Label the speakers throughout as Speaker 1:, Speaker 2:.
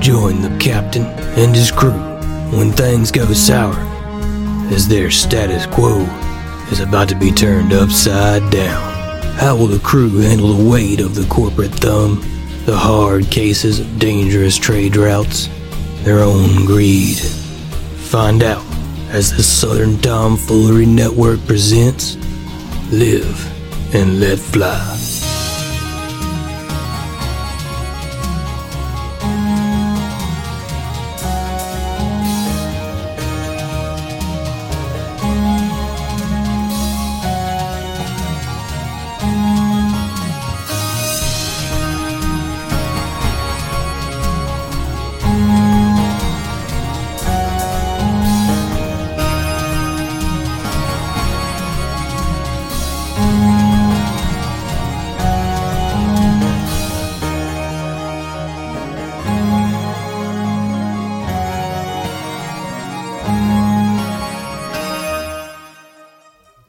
Speaker 1: join the captain and his crew when things go sour, as their status quo is about to be turned upside down. How will the crew handle the weight of the corporate thumb, the hard cases of dangerous trade routes, their own greed? Find out as the Southern Tomfoolery Network presents Live and Let Fly.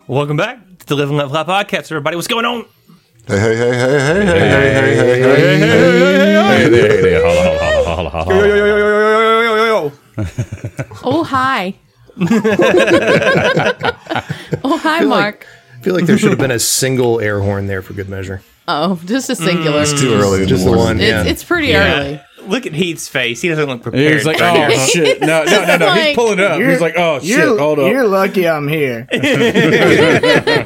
Speaker 2: Welcome back to the Live and Let Fly podcast, everybody. What's going on?
Speaker 3: Hey, hey, hey, hey, hey, hey, hey, hey, hey, hey, hey,
Speaker 4: Hey there, hey there. Holla, holla, holla, holla, holla, holla.
Speaker 5: Oh, hi. oh, hi, Mark.
Speaker 6: I feel like there should have been a single air horn there for good measure.
Speaker 5: Oh, just a singular. it's,
Speaker 3: Too early. in
Speaker 6: Just the
Speaker 3: morning.
Speaker 6: one. yeah.
Speaker 5: it's pretty early.
Speaker 2: Look at Heath's face. He doesn't look prepared.
Speaker 4: He was like,
Speaker 2: right
Speaker 4: oh
Speaker 2: now.
Speaker 4: shit, no, no, no, no. He's
Speaker 5: Like-
Speaker 4: pulling it up. He's like, oh shit,
Speaker 7: You're-
Speaker 4: hold up.
Speaker 7: You're lucky I'm here.
Speaker 5: There we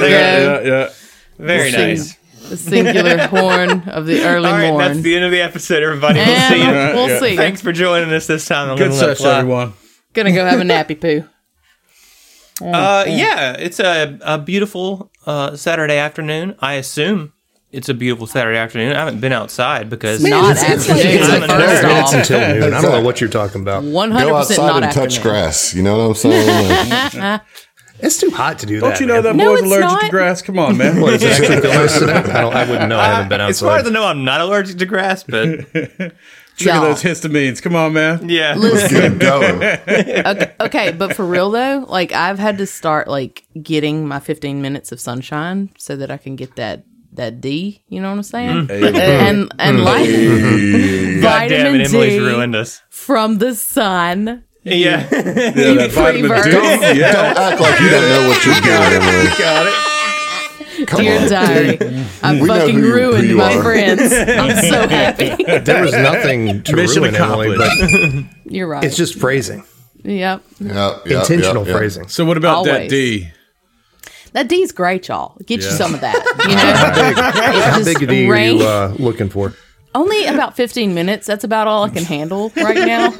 Speaker 5: go.
Speaker 4: Yeah, yeah.
Speaker 2: very nice.
Speaker 5: The singular horn of the early
Speaker 2: All right,
Speaker 5: morn.
Speaker 2: that's the end of the episode, everybody. We'll
Speaker 5: and
Speaker 2: see you.
Speaker 5: we'll see.
Speaker 2: Thanks for joining us this time. on
Speaker 4: Good
Speaker 2: Live and Let
Speaker 4: sesh,
Speaker 2: Fly.
Speaker 4: everyone.
Speaker 5: Gonna go have a nappy poo.
Speaker 2: Uh, yeah, it's a, a beautiful uh, Saturday afternoon. I assume it's a beautiful Saturday afternoon. I haven't been outside because
Speaker 5: Not
Speaker 3: it's
Speaker 5: afternoon.
Speaker 3: like-
Speaker 2: it's like
Speaker 5: first
Speaker 2: thirty
Speaker 5: off,
Speaker 6: Until noon. I don't know what you're talking about.
Speaker 5: one hundred
Speaker 3: Go
Speaker 5: percent
Speaker 3: outside
Speaker 5: not
Speaker 3: and touch
Speaker 5: afternoon.
Speaker 3: grass. You know what I'm saying? Like,
Speaker 6: It's too hot to do that.
Speaker 4: Don't you know that
Speaker 5: No,
Speaker 4: boy's
Speaker 5: it's
Speaker 4: allergic to
Speaker 5: not.
Speaker 4: grass? Come on, man.
Speaker 6: Well, is it actually close to that? I, don't, I wouldn't know. I haven't been
Speaker 2: it's smart
Speaker 6: outside.
Speaker 2: to know I'm not allergic to grass, but
Speaker 4: Trigger
Speaker 5: Y'all.
Speaker 4: those histamines. Come on, man.
Speaker 2: yeah.
Speaker 3: get it going.
Speaker 5: okay, okay, but for real though, like I've had to start like getting my fifteen minutes of sunshine so that I can get that that D. You know what I'm saying? And and like
Speaker 2: God damn
Speaker 5: vitamin
Speaker 2: it, Emily's
Speaker 5: D.
Speaker 2: ruined us.
Speaker 5: from the sun.
Speaker 2: Yeah.
Speaker 4: Yeah, that vitamin
Speaker 5: Fever.
Speaker 4: D. Yeah.
Speaker 3: Act like you don't know what you're doing, Emily. Come
Speaker 5: Dear
Speaker 3: on.
Speaker 5: diary, I
Speaker 3: We know
Speaker 5: fucking
Speaker 3: who you-
Speaker 5: ruined
Speaker 3: who you
Speaker 5: my
Speaker 3: are.
Speaker 5: friends. I'm so happy.
Speaker 6: there was nothing to
Speaker 4: Mission
Speaker 6: ruin, Emily, but
Speaker 4: accomplished.
Speaker 5: You're right.
Speaker 6: it's just phrasing,
Speaker 5: yep.
Speaker 3: Yep, yep,
Speaker 6: intentional
Speaker 3: yep, yep.
Speaker 6: phrasing.
Speaker 4: So what about that
Speaker 5: Always.
Speaker 4: D?
Speaker 5: That D's great, y'all. Get you
Speaker 4: Yeah.
Speaker 5: some of that. You know, It
Speaker 6: How
Speaker 5: just
Speaker 6: big a D are
Speaker 5: rain-
Speaker 6: you uh, looking for?
Speaker 5: Only about 15 minutes. That's about all I can handle right now. um,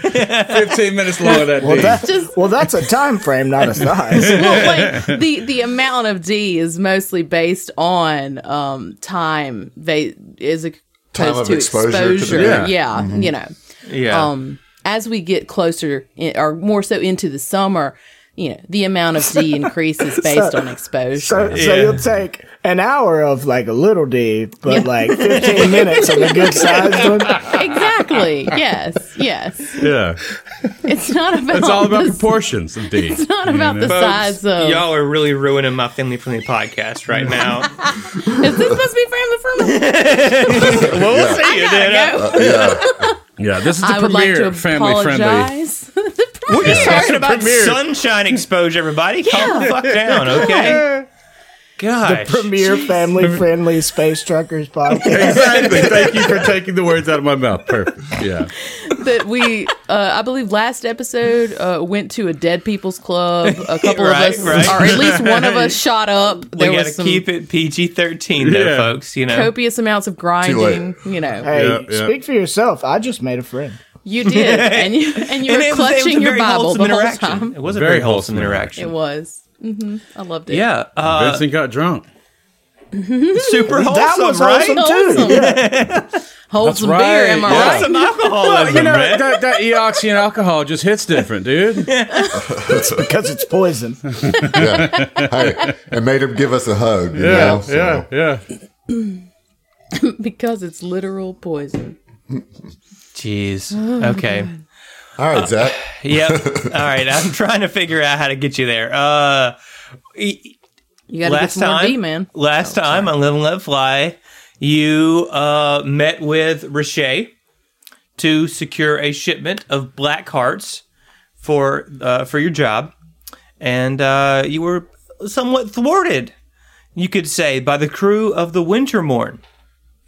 Speaker 4: 15 minutes long of that D.
Speaker 7: Well, that,
Speaker 5: Just-
Speaker 7: well, that's a time frame, not a size.
Speaker 5: well, like the the amount of D is mostly based on um, time. They is opposed
Speaker 3: Time of
Speaker 5: to
Speaker 3: exposure
Speaker 5: exposure.
Speaker 3: to the
Speaker 5: yeah,
Speaker 4: D.
Speaker 5: you know.
Speaker 2: Yeah.
Speaker 5: Um, as we get closer in, or more so into the summer, you know, the amount of D increases based on exposure.
Speaker 7: So, so
Speaker 2: Yeah.
Speaker 7: you'll take an hour of like a little D, but like 15 minutes of a good sized one.
Speaker 5: exactly. Yes. Yes.
Speaker 4: yeah.
Speaker 5: It's not about.
Speaker 4: It's all about
Speaker 5: the,
Speaker 4: proportions of D.
Speaker 5: It's not about the
Speaker 2: Folks,
Speaker 5: size of.
Speaker 2: y'all are really ruining my family friendly podcast right now.
Speaker 5: Is this supposed to be family friendly?
Speaker 2: well, we'll see you then.
Speaker 4: Yeah, this is the
Speaker 5: I would like
Speaker 4: premier
Speaker 5: to
Speaker 4: family friendly.
Speaker 5: apologize. the
Speaker 2: We're just
Speaker 5: premier.
Speaker 2: talking about
Speaker 4: Premiere.
Speaker 2: sunshine exposure, everybody. Calm the fuck down, okay? Gosh.
Speaker 7: Premier family friendly space truckers podcast.
Speaker 4: Exactly. Thank you for taking the words out of my mouth. Perfect. Yeah.
Speaker 5: that we, uh, I believe, last episode uh, went to a dead people's club. A couple
Speaker 2: Right,
Speaker 5: of us,
Speaker 2: right.
Speaker 5: or at least one of us, shot up.
Speaker 2: we
Speaker 5: There
Speaker 2: gotta
Speaker 5: was some
Speaker 2: keep it PG thirteen, though,
Speaker 4: Yeah.
Speaker 2: folks. You know,
Speaker 5: copious amounts of grinding. You know,
Speaker 7: Hey,
Speaker 4: Yeah, yeah.
Speaker 7: speak for yourself. I just made a friend.
Speaker 5: you did, and you and you
Speaker 2: And it
Speaker 5: were
Speaker 2: was- it was a
Speaker 5: clutching your
Speaker 2: very
Speaker 5: Bible
Speaker 2: wholesome
Speaker 5: the whole
Speaker 2: interaction.
Speaker 5: time.
Speaker 2: It was a
Speaker 4: Very
Speaker 2: very wholesome
Speaker 4: wholesome
Speaker 5: It
Speaker 2: interaction.
Speaker 5: was. hmm I loved it.
Speaker 2: Yeah, uh,
Speaker 4: Vincent got drunk.
Speaker 2: super wholesome,
Speaker 7: That was
Speaker 2: right?
Speaker 7: awesome
Speaker 5: Wholesome.
Speaker 7: too. Yeah.
Speaker 5: Hold
Speaker 4: That's
Speaker 5: some
Speaker 4: right.
Speaker 5: beer. Am I
Speaker 4: Yeah.
Speaker 5: right?
Speaker 2: Awesome alcoholism,
Speaker 4: You know,
Speaker 2: man.
Speaker 4: that, that eoxy and alcohol just hits different, dude.
Speaker 7: It's because it's poison.
Speaker 3: Hey, it made him give us a hug. You know? So,
Speaker 4: yeah.
Speaker 5: Because it's literal poison.
Speaker 2: Jeez. Okay.
Speaker 3: All right, Zach.
Speaker 2: Yep. All right. I'm trying to figure out how to get you there. Uh, e-
Speaker 5: You got to get
Speaker 2: last
Speaker 5: some more
Speaker 2: time,
Speaker 5: D, man.
Speaker 2: Last time on Live and Let Fly, You uh, met with Richet to secure a shipment of black hearts for uh, for your job, and uh, you were somewhat thwarted, you could say, by the crew of the Wintermorn.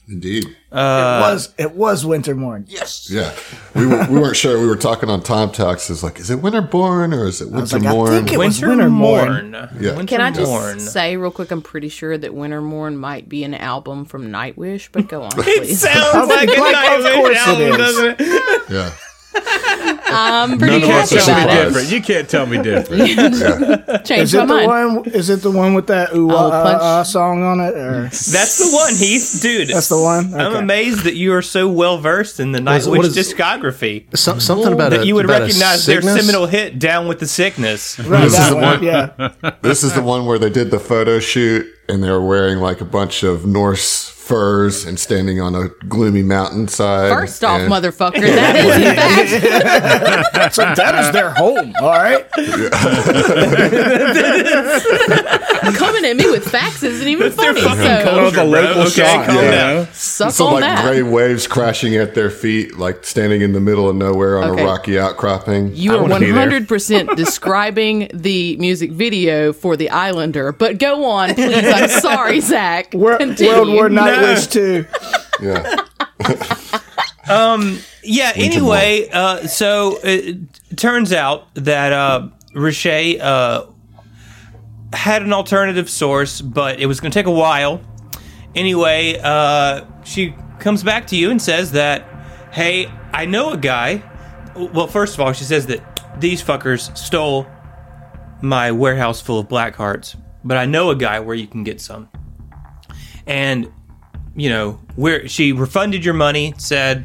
Speaker 3: Indeed.
Speaker 4: Uh,
Speaker 7: it was it was Wintermorn. Yes.
Speaker 3: Yeah, we, were, we weren't sure. We were talking on Tom Talks. It's like, is it Winterborn or is it
Speaker 7: like, I
Speaker 3: Wintermorn?
Speaker 7: think it- was
Speaker 2: Wintermorn.
Speaker 3: Yeah.
Speaker 2: Wintermorn.
Speaker 5: Can I just say real quick? I'm pretty sure that Wintermorn might be an album from Nightwish, but go on,
Speaker 2: It
Speaker 5: please.
Speaker 2: sounds like a
Speaker 7: Like,
Speaker 2: Nightwish
Speaker 7: of course it
Speaker 2: album,
Speaker 7: is.
Speaker 2: doesn't it?
Speaker 3: yeah,
Speaker 5: I'm
Speaker 4: You
Speaker 5: pretty
Speaker 3: of us are
Speaker 5: happy
Speaker 4: can't tell me
Speaker 3: surprised.
Speaker 5: about it.
Speaker 4: different. You can't tell me different.
Speaker 5: Change
Speaker 7: Is
Speaker 5: my
Speaker 7: it the
Speaker 5: mind.
Speaker 7: one? Is it the one with that ooh, uh,
Speaker 5: Owl Oh, Punch.
Speaker 7: uh, uh, song on it? Or
Speaker 2: That's the one, Heath. Dude,
Speaker 7: that's the one.
Speaker 2: I'm
Speaker 7: Okay.
Speaker 2: amazed that you are so well versed in the
Speaker 6: is-
Speaker 2: Nightwish
Speaker 6: what is-
Speaker 2: discography
Speaker 6: Some, something about
Speaker 2: that
Speaker 6: a,
Speaker 2: you would
Speaker 6: about a
Speaker 2: recognize their
Speaker 6: sickness?
Speaker 2: seminal hit "Down with the Sickness."
Speaker 7: Right,
Speaker 3: This is
Speaker 7: that
Speaker 3: the
Speaker 7: one.
Speaker 3: one.
Speaker 7: Yeah.
Speaker 3: this is the one where they did the photo shoot and they were wearing like a bunch of Norse furs and standing on a gloomy mountainside.
Speaker 5: First off,
Speaker 3: and-
Speaker 5: motherfucker, that is in fact
Speaker 7: So that is their home. All right.
Speaker 5: coming at me with facts isn't even funny. So
Speaker 4: Well, the local
Speaker 2: Okay,
Speaker 4: shop,
Speaker 2: calm
Speaker 4: you
Speaker 2: down.
Speaker 4: know?
Speaker 5: suck
Speaker 3: Some
Speaker 5: on
Speaker 3: like
Speaker 5: that.
Speaker 3: gray waves crashing at their feet, like standing in the middle of nowhere on
Speaker 5: Okay.
Speaker 3: a rocky outcropping.
Speaker 5: You are
Speaker 4: wanna be there.
Speaker 5: 100% describing the music video for The Islander, but go on, please. I'm sorry, Zach.
Speaker 7: Wor-
Speaker 5: Continue.
Speaker 7: World War Nightwish too.
Speaker 3: yeah.
Speaker 2: Yeah. Anyway, uh, so it turns out that uh, Richet uh, had an alternative source, but it was going to take a while. Anyway, uh, she comes back to you and says that, "Hey, I know a guy." Well, first of all, she says that these fuckers stole my warehouse full of black hearts, but I know a guy where you can get some. And you know, where she refunded your money, said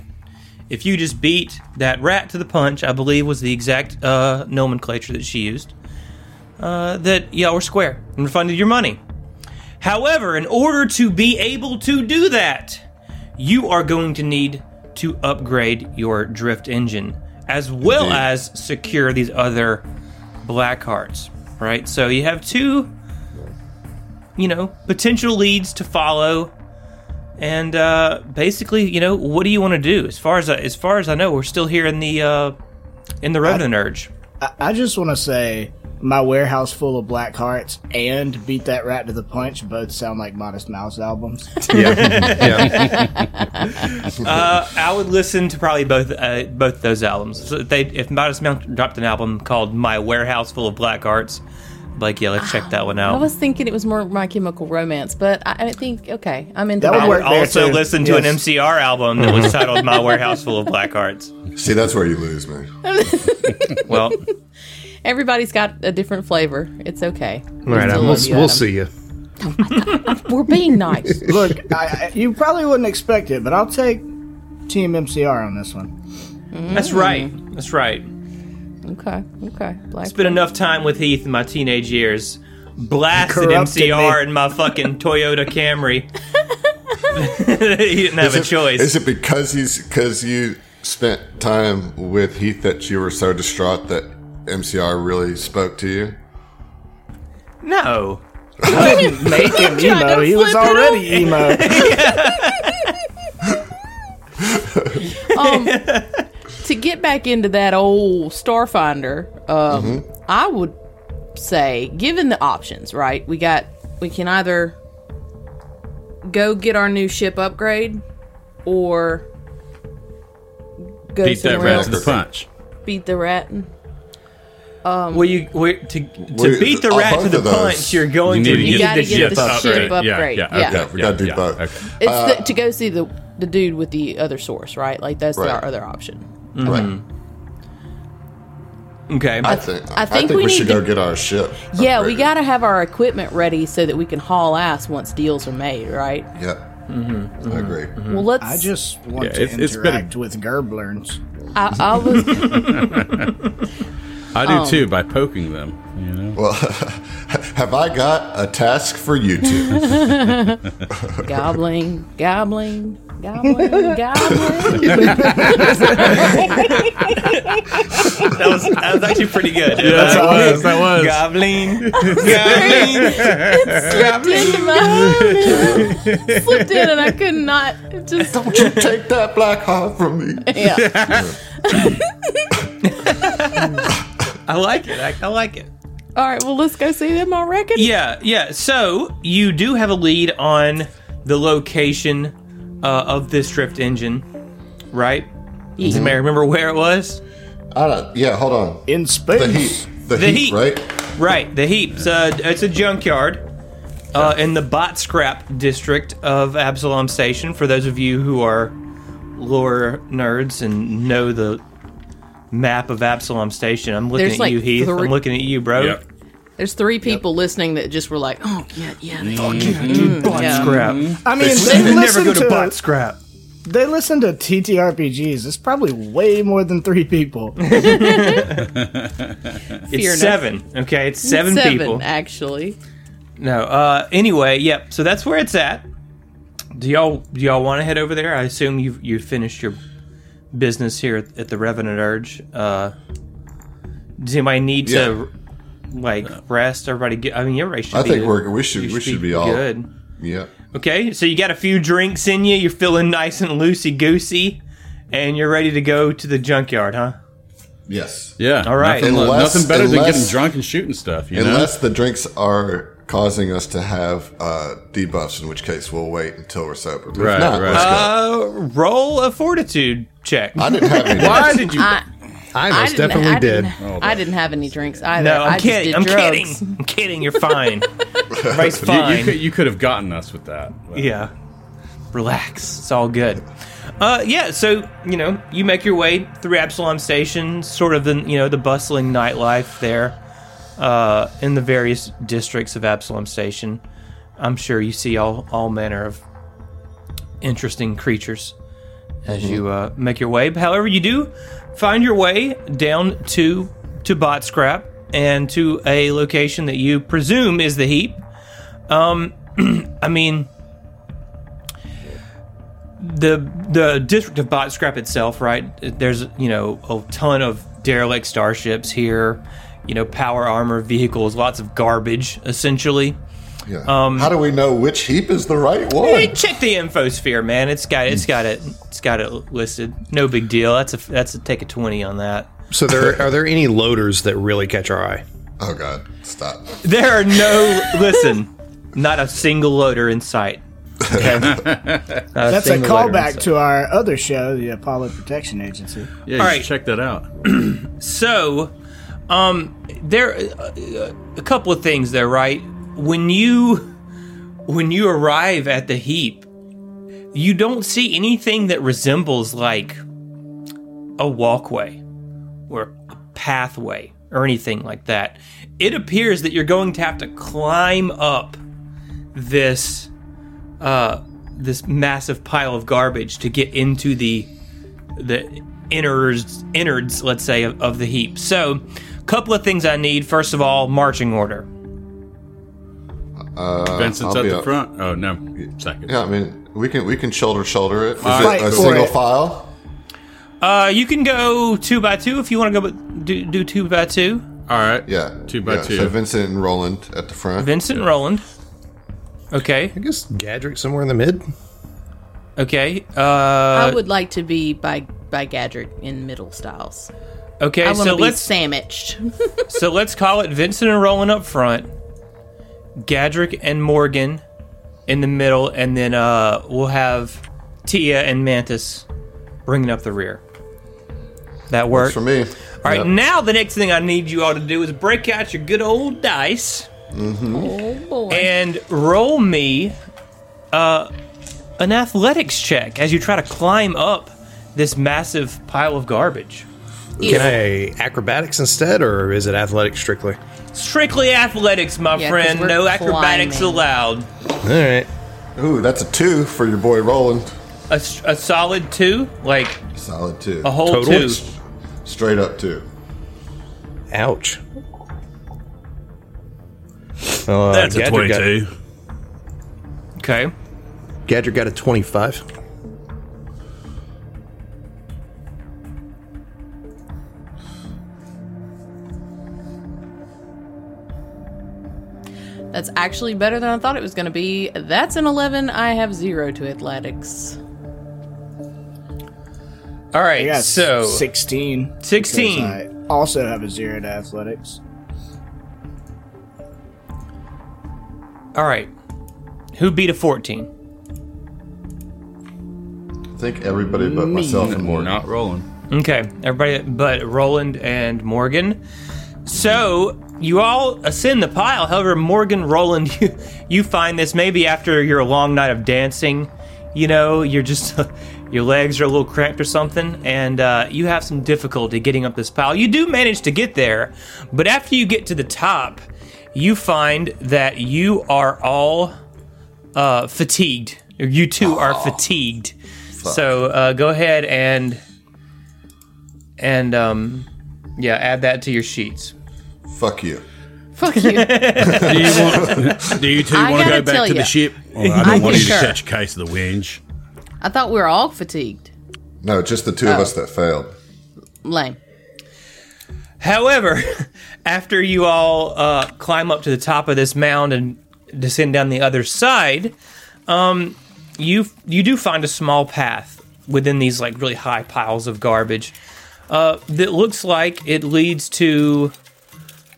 Speaker 2: if you just beat that rat to the punch, I believe was the exact uh, nomenclature that she used, uh, that y'all were square and refunded your money. However, in order to be able to do that, you are going to need to upgrade your drift engine as well
Speaker 3: Indeed.
Speaker 2: as secure these other black hearts, right? So you have two, you know, potential leads to follow and uh, basically, you know, what do you want to do? As far as I, as far as I know, we're still here in the uh, in the revenant urge.
Speaker 7: I- I just want to say my warehouse full of black hearts and beat that rat to the punch both sound like Modest Mouse albums.
Speaker 2: Uh, I would listen to probably both uh, both those albums. So if they if Modest Mouse dropped an album called My Warehouse Full of Black Arts, I'd be like yeah, let's check that one
Speaker 5: I
Speaker 2: out.
Speaker 5: was thinking it was more My Chemical Romance, but I, I think, okay, I'm into
Speaker 7: That
Speaker 5: that.
Speaker 7: would work. there,
Speaker 2: also
Speaker 7: too.
Speaker 2: listen to an
Speaker 7: Yes.
Speaker 2: MCR album that was titled My Warehouse Full of Black Arts.
Speaker 3: See, that's where you lose, man.
Speaker 2: Well,
Speaker 5: Everybody's got a different flavor. It's okay.
Speaker 6: All right,
Speaker 5: Still
Speaker 6: we'll,
Speaker 5: love you,
Speaker 6: we'll
Speaker 5: Adam.
Speaker 6: see you.
Speaker 5: We're being nice.
Speaker 7: Look, I, I, you probably wouldn't expect it, but I'll take Team MCR on this one.
Speaker 2: that's right. That's right.
Speaker 5: okay, okay. Black
Speaker 2: Spent enough time with Heath in my teenage years. Blasted
Speaker 7: Corrupted
Speaker 2: MCR
Speaker 7: me.
Speaker 2: in my fucking Toyota Camry. he didn't have
Speaker 3: Is
Speaker 2: a
Speaker 3: it-
Speaker 2: choice.
Speaker 3: Is it because he's because you spent time with Heath that you were so distraught that MCR really spoke to you?
Speaker 2: no.
Speaker 7: I didn't make him emo. He was
Speaker 5: flip it
Speaker 7: already emo.
Speaker 5: um, to get back into that old Starfinder, um, I would say, given the options, right? We got we can either go get our new ship upgrade, or go
Speaker 4: Beat that
Speaker 5: somewhere
Speaker 4: rat
Speaker 5: else.
Speaker 4: to the punch.
Speaker 5: Beat the rat.
Speaker 2: Well, you we to to
Speaker 3: Wait,
Speaker 2: beat the
Speaker 3: all
Speaker 2: rat
Speaker 3: both
Speaker 2: to the
Speaker 3: of those.
Speaker 2: punch. You're going
Speaker 4: You
Speaker 2: to
Speaker 4: need
Speaker 2: need
Speaker 4: to get-
Speaker 2: the ship
Speaker 5: You gotta get the
Speaker 2: upgrade.
Speaker 5: ship up. upgrade, yeah.
Speaker 3: Yeah, we gotta do both.
Speaker 4: Okay.
Speaker 5: It's the, to go see the the dude with the other source, right? Like that's
Speaker 3: Right.
Speaker 5: our other option.
Speaker 3: Right.
Speaker 2: Okay.
Speaker 3: I think,
Speaker 5: Mm-hmm. I think we
Speaker 3: we,
Speaker 5: need
Speaker 3: should
Speaker 5: to-
Speaker 3: go get our ship.
Speaker 5: Yeah, we
Speaker 3: upgraded.
Speaker 5: gotta have our equipment ready so that we can haul ass once deals are made, right?
Speaker 3: Yep.
Speaker 5: Mm-hmm.
Speaker 3: I agree.
Speaker 4: Mm.
Speaker 5: Well, let's.
Speaker 7: I just want
Speaker 4: Yeah,
Speaker 7: to
Speaker 4: it's- it's been a-
Speaker 7: interact with Gerblins.
Speaker 5: I, I was.
Speaker 4: I do too by poking them. You know,
Speaker 3: Well, have I got a task for you two?
Speaker 5: Gobbling, gobbling, gobbling, gobbling.
Speaker 2: That was, that was actually pretty good. Uh,
Speaker 4: that was that was.
Speaker 2: Goblin. Goblin.
Speaker 5: Into my heart. It Slipped in and I could not it just.
Speaker 3: Don't you take that black heart from me.
Speaker 5: Yeah.
Speaker 2: I like it. I, I like it.
Speaker 5: All right, well, let's go see them, I reckon.
Speaker 2: Yeah, yeah. So you do have a lead on the location uh, of this drift engine, right? Does
Speaker 5: Mm-hmm.
Speaker 2: anybody remember where it was?
Speaker 3: I don't, yeah, hold on.
Speaker 7: In space.
Speaker 3: The heat. The,
Speaker 2: The
Speaker 3: heat,
Speaker 2: heat.
Speaker 3: right?
Speaker 2: Right, the heaps. Uh, it's a junkyard uh, in the bot scrap district of Absalom Station. For those of you who are lore nerds and know the map of Absalom Station, I'm looking
Speaker 5: There's
Speaker 2: at
Speaker 5: like
Speaker 2: you, Heath.
Speaker 5: three-
Speaker 2: I'm looking at you, bro.
Speaker 4: Yeah.
Speaker 5: There's three people listening that just were like, oh, yeah, yeah. They, Mm,
Speaker 1: Bot
Speaker 5: yeah.
Speaker 2: Crap.
Speaker 6: Mm-hmm.
Speaker 7: I mean,
Speaker 3: They
Speaker 7: they,
Speaker 3: never
Speaker 7: listen
Speaker 1: go
Speaker 7: to,
Speaker 1: to bot scrap.
Speaker 7: they listen to TTRPGs. It's probably way more than three people.
Speaker 2: It's
Speaker 5: Fear enough.
Speaker 2: seven. Okay, it's seven,
Speaker 5: Seven,
Speaker 2: people.
Speaker 5: actually.
Speaker 2: No. Uh. Anyway, yep. so that's where it's at. Do y'all do y'all want to head over there? I assume you you finished your business here at, at the Revenant Urge. Uh. Does anybody need to like rest? Everybody, get, I mean, everybody should.
Speaker 3: I
Speaker 2: be
Speaker 3: think we're, we should,
Speaker 2: you
Speaker 3: we should be all.
Speaker 2: good.
Speaker 3: Yeah.
Speaker 2: Okay, so you got a few drinks in you. You're feeling nice and loosey goosey, and you're ready to go to the junkyard, huh?
Speaker 3: Yes.
Speaker 4: Yeah.
Speaker 2: All right.
Speaker 4: Nothing,
Speaker 3: Unless-
Speaker 4: nothing better than
Speaker 3: unless-
Speaker 4: getting drunk and shooting stuff. You
Speaker 3: Unless the drinks are causing us to have uh, debuffs, in which case we'll wait until we're sober. But if
Speaker 4: Right,
Speaker 3: not,
Speaker 4: right.
Speaker 3: let's go.
Speaker 2: Uh, roll a fortitude check.
Speaker 3: I didn't have any.
Speaker 4: know. Why did you?
Speaker 5: I,
Speaker 6: I
Speaker 5: I
Speaker 6: most
Speaker 5: didn't,
Speaker 6: definitely
Speaker 5: I
Speaker 6: did.
Speaker 5: Didn't, I didn't have any drinks either.
Speaker 2: No, I'm
Speaker 5: I
Speaker 2: kidding.
Speaker 5: Just
Speaker 2: I'm
Speaker 5: did drugs.
Speaker 2: kidding. I'm kidding. You're fine. Everybody's
Speaker 4: You- you,
Speaker 2: fine.
Speaker 4: could, you could have gotten us with that. but-
Speaker 2: yeah. Relax. It's all good. Uh, yeah. So you know, you make your way through Absalom Station, sort of the you know the bustling nightlife there, uh, in the various districts of Absalom Station. I'm sure you see all all manner of interesting creatures as you uh, make your way. However, you do find your way down to to Bot Scrap and to a location that you presume is the heap. Um, I mean, the the district of Bot Scrap itself, right? There's you know a ton of derelict starships here. You know, power armor vehicles, lots of garbage,
Speaker 7: Hmm.
Speaker 2: essentially.
Speaker 3: Yeah. How do we know which heap is the right one?
Speaker 2: Hey, check the infosphere, man. It's got it's got it it's got it listed. No big deal. That's a that's a take a twenty on that.
Speaker 6: So there are there any loaders that really catch our eye?
Speaker 3: Oh God! Stop.
Speaker 2: There are no listen, not a single loader in sight. Okay? Not
Speaker 7: That's a
Speaker 2: single loader in
Speaker 7: callback
Speaker 2: sight.
Speaker 7: to our other show, the Apollo Protection Agency.
Speaker 4: Yeah. You
Speaker 2: All
Speaker 4: should
Speaker 2: right.
Speaker 4: Check that out.
Speaker 3: Uh,
Speaker 2: So, um, there uh, a couple of things there, right? When you when you arrive at the heap, you don't see anything that resembles like a walkway or a pathway or anything like that. It appears that you're going to have to climb up this uh, this massive pile of garbage to get into the the innards, innards let's say, of, of the heap. So, couple of things I need. First of all, marching order.
Speaker 3: Uh,
Speaker 4: Vincent's
Speaker 3: I'll
Speaker 4: at
Speaker 3: be
Speaker 4: the
Speaker 3: up.
Speaker 4: front. Oh no, second.
Speaker 3: Yeah, I mean, we can we can shoulder shoulder it. Is
Speaker 7: Fight
Speaker 3: it a
Speaker 7: for
Speaker 3: single
Speaker 7: it.
Speaker 3: file?
Speaker 2: Uh, you can go two by two if you want to go but do, do two by two.
Speaker 4: All right.
Speaker 3: Yeah.
Speaker 4: Two by
Speaker 3: yeah,
Speaker 4: two.
Speaker 3: So Vincent and Roland at the front.
Speaker 2: Vincent Roland. Okay,
Speaker 6: I guess Gadrick somewhere in the mid.
Speaker 2: okay. Uh,
Speaker 5: I would like to be by by Gadrick in middle styles.
Speaker 2: okay.
Speaker 5: I want to
Speaker 2: so
Speaker 5: be
Speaker 2: let's
Speaker 5: sandwiched.
Speaker 2: so let's call it Vincent and Roland up front, Gadrick and Morgan in the middle, and then uh, we'll have Tia and Mantis bringing up the rear. That works
Speaker 3: for me.
Speaker 2: All right, now the next thing I need you all to do is break out your good old dice
Speaker 5: oh boy.
Speaker 2: and roll me uh, an athletics check as you try to climb up this massive pile of garbage.
Speaker 6: Can I acrobatics instead, or is it athletics strictly?
Speaker 2: Strictly athletics, my
Speaker 5: Yeah, 'cause
Speaker 2: friend.
Speaker 5: we're
Speaker 2: No acrobatics
Speaker 5: climbing.
Speaker 2: allowed.
Speaker 6: All right.
Speaker 3: Ooh, that's a two for your boy Roland.
Speaker 2: A, s- a solid two, like
Speaker 3: Solid two.
Speaker 2: a whole
Speaker 6: Total?
Speaker 2: two.
Speaker 3: Straight up two.
Speaker 6: Ouch. Well, uh,
Speaker 8: That's a
Speaker 6: Gadget got-
Speaker 8: twenty-two.
Speaker 2: Okay.
Speaker 6: Gadget got a 25.
Speaker 5: That's actually better than I thought it was going to be. That's an 11. I have zero to athletics.
Speaker 2: All right.
Speaker 7: Yeah,
Speaker 2: so
Speaker 7: 16.
Speaker 2: 16.
Speaker 7: because I also have a zero to athletics.
Speaker 2: all right. Who beat a fourteen?
Speaker 3: I think everybody but myself and Morgan.
Speaker 4: Not rolling.
Speaker 2: Okay. Everybody but Roland and Morgan. So you all ascend the pile. However, Morgan, Roland, you you find this maybe after your long night of dancing. You know, you're just your legs are a little cramped or something, and uh, you have some difficulty getting up this pile. You do manage to get there, but after you get to the top, you find that you are all uh, fatigued. You two are fatigued. So uh, go ahead and and um, yeah, add that to your sheets.
Speaker 3: Fuck you.
Speaker 5: Fuck you.
Speaker 4: Do you want? Do you two
Speaker 5: I
Speaker 4: want to
Speaker 5: gotta
Speaker 4: go
Speaker 5: tell
Speaker 4: back to
Speaker 5: ya.
Speaker 4: the ship? Well, I don't want you to
Speaker 5: concur.
Speaker 4: catch a case of the whinge.
Speaker 5: I thought we were all fatigued.
Speaker 3: No, just the two
Speaker 2: Oh.
Speaker 3: of us that failed.
Speaker 5: Lame.
Speaker 2: However, after you all uh, climb up to the top of this mound and descend down the other side, um, you you do find a small path within these like really high piles of garbage uh, that looks like it leads to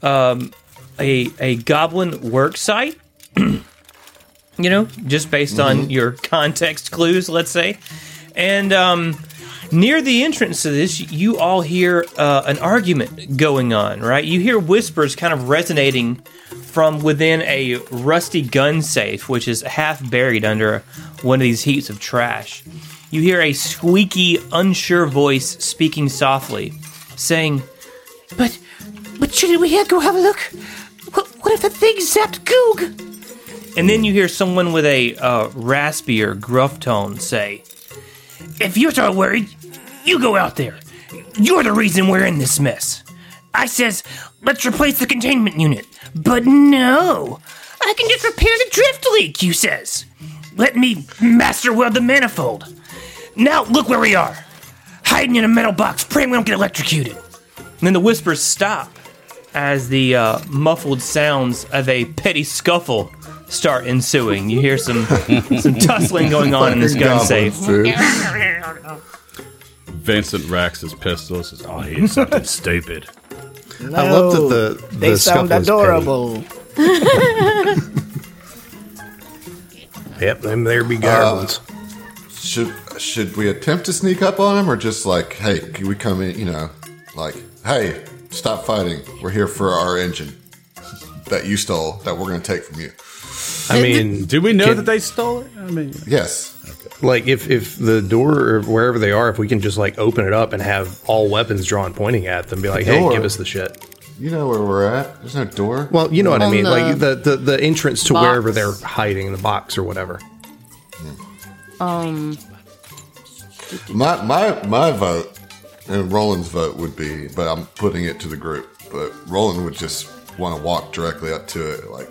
Speaker 2: um, a a goblin work site. you know, just based on your context clues, let's say, and. Um, Near the entrance to this, you all hear uh, an argument going on, right? You hear whispers kind of resonating from within a rusty gun safe, which is half buried under one of these heaps of trash. You hear a squeaky, unsure voice speaking softly, saying,
Speaker 9: But, but shouldn't we go have a look? What, what if the thing zapped Goog?
Speaker 2: and then you hear someone with a uh, raspier, gruff tone say,
Speaker 9: If you're so worried, you go out there. You're the reason we're in this mess. I says, let's replace the containment unit. But no, I can just repair the drift leak, you says. Let me master weld the manifold. Now look where we are. Hiding in a metal box, praying we don't get electrocuted.
Speaker 2: And then the whispers stop as the uh, muffled sounds of a petty scuffle start ensuing. You hear some some tussling going on in this gun
Speaker 3: Goblins,
Speaker 2: safe.
Speaker 3: dude.
Speaker 4: Vincent racks his pistols. Says, "Oh, he did something stupid."
Speaker 6: I love that the, the
Speaker 7: They
Speaker 6: scuffle
Speaker 7: sound
Speaker 6: is petty.
Speaker 7: adorable.
Speaker 6: Yep, them there be goblins.
Speaker 3: Should should we attempt to sneak up on him, or just like, hey, can we come in? You know, like, hey, stop fighting. We're here for our engine that you stole that we're going to take from you.
Speaker 6: I mean,
Speaker 4: Do we know
Speaker 6: Can-
Speaker 4: that they stole it? I mean,
Speaker 3: Yes,
Speaker 6: like if if the door or wherever they are, if we can just like open it up and have all weapons drawn pointing at them, be like, hey,
Speaker 3: Door.
Speaker 6: give us the shit.
Speaker 3: you know where we're at. There's no door.
Speaker 6: Well, you know what I
Speaker 5: On
Speaker 6: mean,
Speaker 5: the
Speaker 6: like the, the the entrance to
Speaker 5: box.
Speaker 6: wherever they're hiding in the box or whatever.
Speaker 3: my my my vote and Roland's vote would be, but I'm putting it to the group. But Roland would just want to walk directly up to it, like,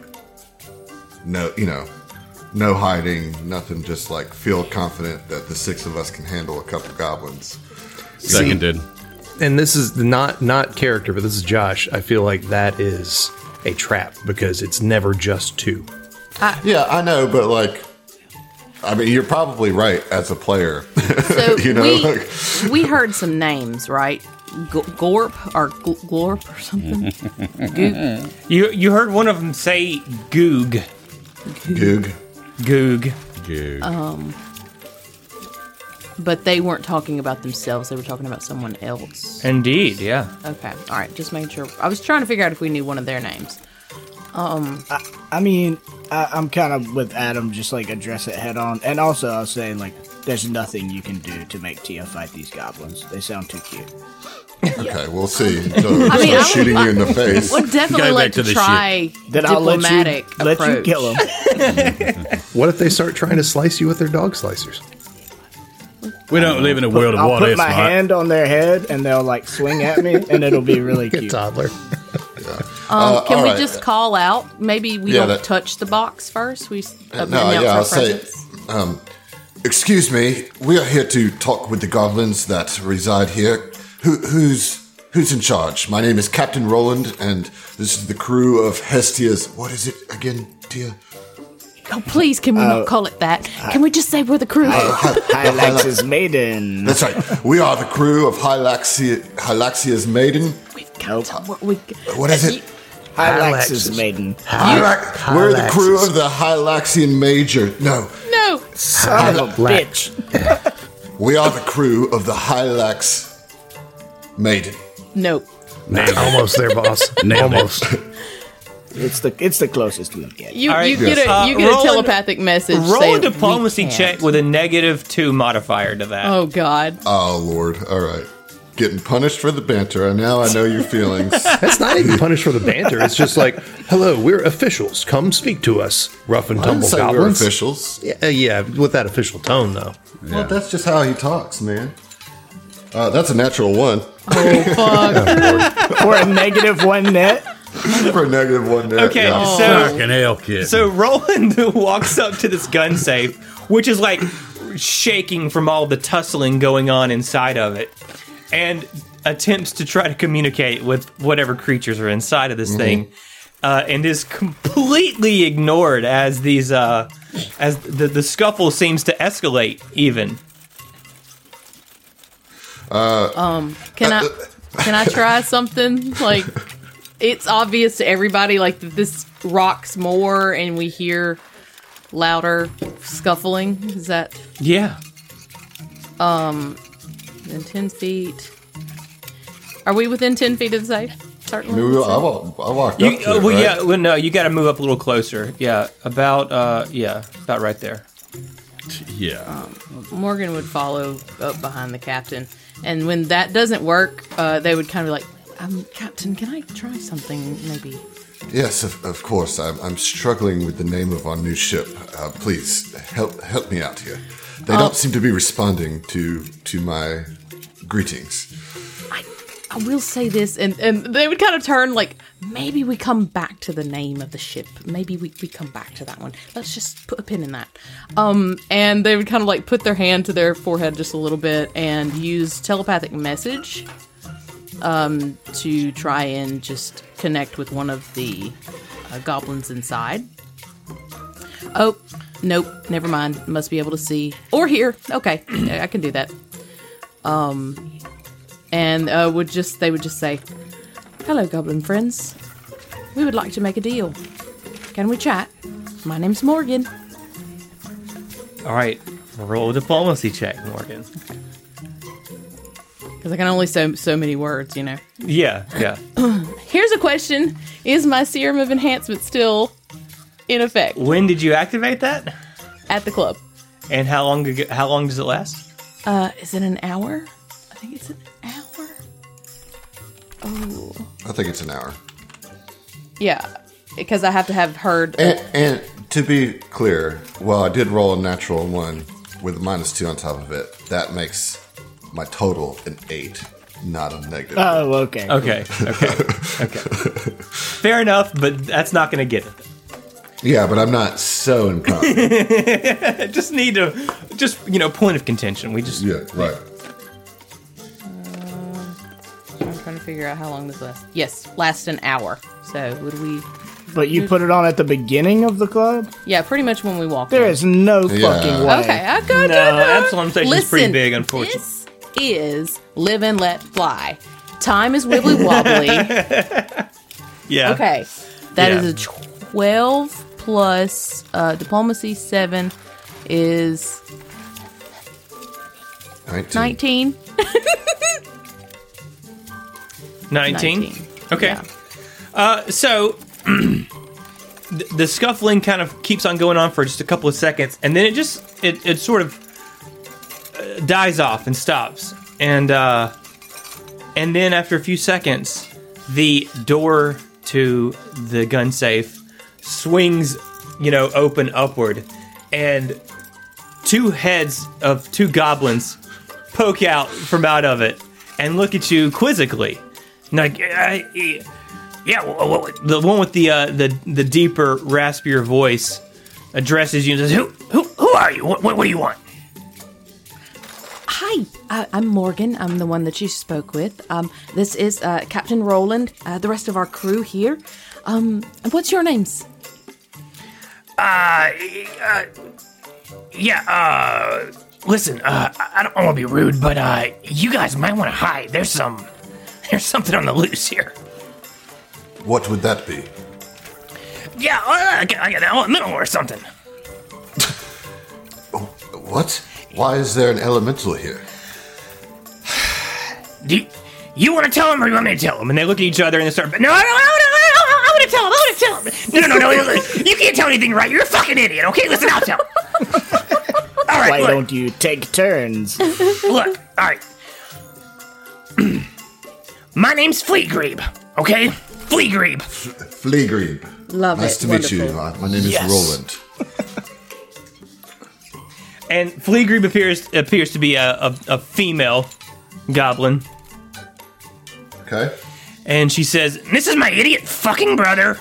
Speaker 3: no, you know, no hiding, nothing. Just like feel confident that the six of us can handle a couple goblins.
Speaker 4: seconded.
Speaker 6: and this is not not character, but this is Josh. I feel like that is a trap because it's never just two.
Speaker 3: Yeah, I know, but like, I mean, you're probably right as a player.
Speaker 5: So
Speaker 3: You know, like-
Speaker 5: we, we heard some names, right? G- Gorp or G- Glorp or something. Goop.
Speaker 2: You you heard one of them say goog.
Speaker 3: Goog.
Speaker 2: Goog.
Speaker 4: Dude.
Speaker 5: Uh,
Speaker 3: Mm.
Speaker 5: But they weren't talking about themselves. They were talking about someone else.
Speaker 2: Indeed, yeah.
Speaker 5: Okay. All right. Just making sure. I was trying to figure out if we knew one of their names.
Speaker 7: I mean, I, I'm kind of with Adam, just like address it head on. And also, I was saying, like, there's nothing you can do to make Tia fight these goblins. They sound too cute.
Speaker 3: Okay, we'll see. So,
Speaker 5: I mean, I would-
Speaker 3: shooting you in the face.
Speaker 5: Would definitely
Speaker 4: Go
Speaker 5: like
Speaker 4: back
Speaker 5: to
Speaker 4: to the
Speaker 5: try
Speaker 7: Then I'll let
Speaker 5: diplomatic
Speaker 7: you, let you
Speaker 5: approach.
Speaker 7: kill them.
Speaker 6: What if they start trying to slice you with their dog slicers?
Speaker 4: We don't live in a world of
Speaker 7: I'll
Speaker 4: what
Speaker 7: put
Speaker 4: ifs,
Speaker 7: my
Speaker 4: Mike.
Speaker 7: hand on their head and they'll like swing at me and it'll be really cute.
Speaker 6: toddler.
Speaker 5: Um,
Speaker 3: Uh,
Speaker 5: can
Speaker 3: all
Speaker 5: we
Speaker 3: right.
Speaker 5: just call out? Maybe we
Speaker 3: Yeah,
Speaker 5: don't
Speaker 3: that-
Speaker 5: touch the box first. We s-
Speaker 3: no,
Speaker 5: uh, announce
Speaker 3: yeah,
Speaker 5: our
Speaker 3: I'll say,
Speaker 5: presence.
Speaker 3: um, excuse me, we are here to talk with the goblins that reside here. Who, who's who's in charge? My name is Captain Roland, and this is the crew of Hestia's. What is it again, dear?
Speaker 5: Oh, please, can we
Speaker 3: Uh,
Speaker 5: not call it that? Can we just say we're the crew?
Speaker 7: Hylax's maiden.
Speaker 3: That's right. We are the crew of Hylaxia, Hylaxia's maiden.
Speaker 5: We've got
Speaker 7: Nope.
Speaker 5: to work- we, Uh,
Speaker 3: What is it?
Speaker 7: Hylax's maiden.
Speaker 3: Hylax- We're the crew of the Hylaxian Major. No,
Speaker 5: no,
Speaker 7: Son of a bitch.
Speaker 3: we are the crew of the Hylax Maiden.
Speaker 5: nope.
Speaker 6: Almost there, boss.
Speaker 4: Nailed it.
Speaker 6: Almost.
Speaker 7: It's the it's the closest we'll get.
Speaker 5: You,
Speaker 2: All right,
Speaker 5: you get a
Speaker 2: yes.
Speaker 5: you
Speaker 2: Uh,
Speaker 5: get
Speaker 2: roll
Speaker 5: a
Speaker 2: an-
Speaker 5: telepathic message.
Speaker 2: Roll a
Speaker 5: saying we
Speaker 2: diplomacy
Speaker 5: can't.
Speaker 2: check with a negative two modifier to that.
Speaker 5: Oh God,
Speaker 3: Oh Lord! All right, getting punished for the banter. And now I know your feelings.
Speaker 6: That's not even punished for the banter. It's just like, hello, we're officials. Come speak to us, rough and
Speaker 3: I didn't
Speaker 6: tumble
Speaker 3: say we're
Speaker 6: goblins.
Speaker 3: officials.
Speaker 6: Yeah, uh, yeah, with that official tone though.
Speaker 3: Well, that's just how he talks, man. Uh, that's a natural one
Speaker 7: For a negative one net.
Speaker 3: for a negative one. There.
Speaker 2: Okay,
Speaker 3: yeah.
Speaker 5: Oh.
Speaker 2: so
Speaker 4: Fucking hell, kid.
Speaker 2: so Roland walks up to this gun safe, which is like shaking from all the tussling going on inside of it, and attempts to try to communicate with whatever creatures are inside of this thing, uh, and is completely ignored as these uh, as the the scuffle seems to escalate even.
Speaker 5: can I can I try something? Like it's obvious to everybody, like that this rocks more, and we hear louder scuffling. Is that
Speaker 2: Yeah.
Speaker 5: then ten feet? Are we within ten feet of the safe?
Speaker 3: I,
Speaker 5: Certainly.
Speaker 3: mean, we- I wa- I walked
Speaker 2: You,
Speaker 3: up to
Speaker 2: uh,
Speaker 3: it,
Speaker 2: well,
Speaker 3: right?
Speaker 2: yeah. Well, no, you got to move up a little closer. Yeah, about uh, yeah, about right there.
Speaker 4: yeah.
Speaker 5: Morgan would follow up behind the captain, and when that doesn't work, uh, they would kind of be like, um, "Captain, can I try something? Maybe."
Speaker 3: Yes, of, of course. I'm, I'm struggling with the name of our new ship. Uh, please help help me out here. They
Speaker 2: Oh.
Speaker 3: don't seem to be responding to to my greetings.
Speaker 5: I, I will say this, and, and they would kind of turn like, maybe we come back to the name of the ship. Maybe we, we come back to that one. Let's just put a pin in that. Um, and they would kind of like put their hand to their forehead just a little bit and use telepathic message um, to try and just connect with one of the uh, goblins inside. Oh, nope, never mind. Must be able to see or hear. Okay, I I can do that and uh, would just they would just say, "Hello, goblin friends. We would like to make a deal. Can we chat? My name's Morgan.
Speaker 2: All right, roll a diplomacy check, Morgan.
Speaker 5: Because I can only so so many words, you know.
Speaker 2: Yeah, yeah.
Speaker 5: Here's a question: Is my serum of enhancement still in effect
Speaker 2: When did you activate that?
Speaker 5: at the club?
Speaker 2: And how long ago, how long does it last?
Speaker 5: Uh, is it an hour? I think it's an hour.
Speaker 3: I think it's an hour.
Speaker 5: Yeah, because I have to have heard.
Speaker 3: And, and to be clear, while I did roll a natural one with a minus two on top of it, that makes my total an eight, not a negative.
Speaker 7: Oh, okay.
Speaker 2: Okay, okay, okay. Fair enough, but that's not going to get it.
Speaker 3: yeah, but I'm not so incompetent.
Speaker 2: I just need to, just you know, point of contention. We just
Speaker 3: yeah, right.
Speaker 5: I'm trying to figure out how long this lasts. Yes, lasts an hour. So would we?
Speaker 7: But you put it on at the beginning of the club?
Speaker 5: Yeah, pretty much when we walk.
Speaker 7: There
Speaker 5: in.
Speaker 7: is no
Speaker 3: Yeah.
Speaker 7: fucking way.
Speaker 5: Okay, I got
Speaker 2: No,
Speaker 5: you.
Speaker 2: Absalom Station's pretty big, unfortunately.
Speaker 5: This is live and let fly. Time is wibbly wobbly.
Speaker 2: yeah.
Speaker 5: okay, that
Speaker 2: Yeah.
Speaker 5: is a twelve plus uh, diplomacy seven is
Speaker 3: 19.
Speaker 5: nineteen.
Speaker 2: Nineteen.
Speaker 5: 19.
Speaker 2: Okay. Uh,
Speaker 5: Yeah.
Speaker 2: so th- the scuffling kind of keeps on going on for just a couple of seconds and then it just it, it sort of uh, dies off and stops and uh and then after a few seconds the door to the gun safe swings you know open upward and two heads of two goblins poke out from out of it and look at you quizzically. Like, I, I- yeah, well, well, the one with the uh, the the deeper, raspier voice addresses you and says, "Who who who are you? What what, what do you want?"
Speaker 5: Hi, uh, I'm Morgan. I'm the one that you spoke with. Um, this is uh, Captain Roland, uh, the rest of our crew here. Um, and what's your names?
Speaker 9: Uh, uh yeah, uh, listen, uh, I- I don't want to be rude, but, uh, you guys might want to hide. There's some, there's something on the loose here.
Speaker 3: What would that be?
Speaker 9: Yeah, uh, I got- I got an elemental or something.
Speaker 3: What? Why is there an elemental here?
Speaker 9: Do you, you want to tell him or you want me to tell him?
Speaker 2: And they look at each other and they start.
Speaker 9: No, no, no, no, no, no, I want to tell him. I want to tell him. No, no, no, no, no. You can't tell anything, right? You're a fucking idiot. Okay, listen, I'll tell. Him. All right,
Speaker 7: Why
Speaker 9: look,
Speaker 7: don't you take turns?
Speaker 9: look. All right. My name's Fleagrebe. Okay, Fleagrebe.
Speaker 3: Fleagrebe.
Speaker 5: Love
Speaker 3: Nice
Speaker 5: it.
Speaker 3: to meet you.
Speaker 5: Wonderful.
Speaker 3: Uh, My name is
Speaker 9: Yes.
Speaker 3: Roland.
Speaker 2: And Fleagrebe appears appears to be a, a, a female goblin,
Speaker 3: Okay.
Speaker 2: and she says,
Speaker 9: This is my idiot fucking brother,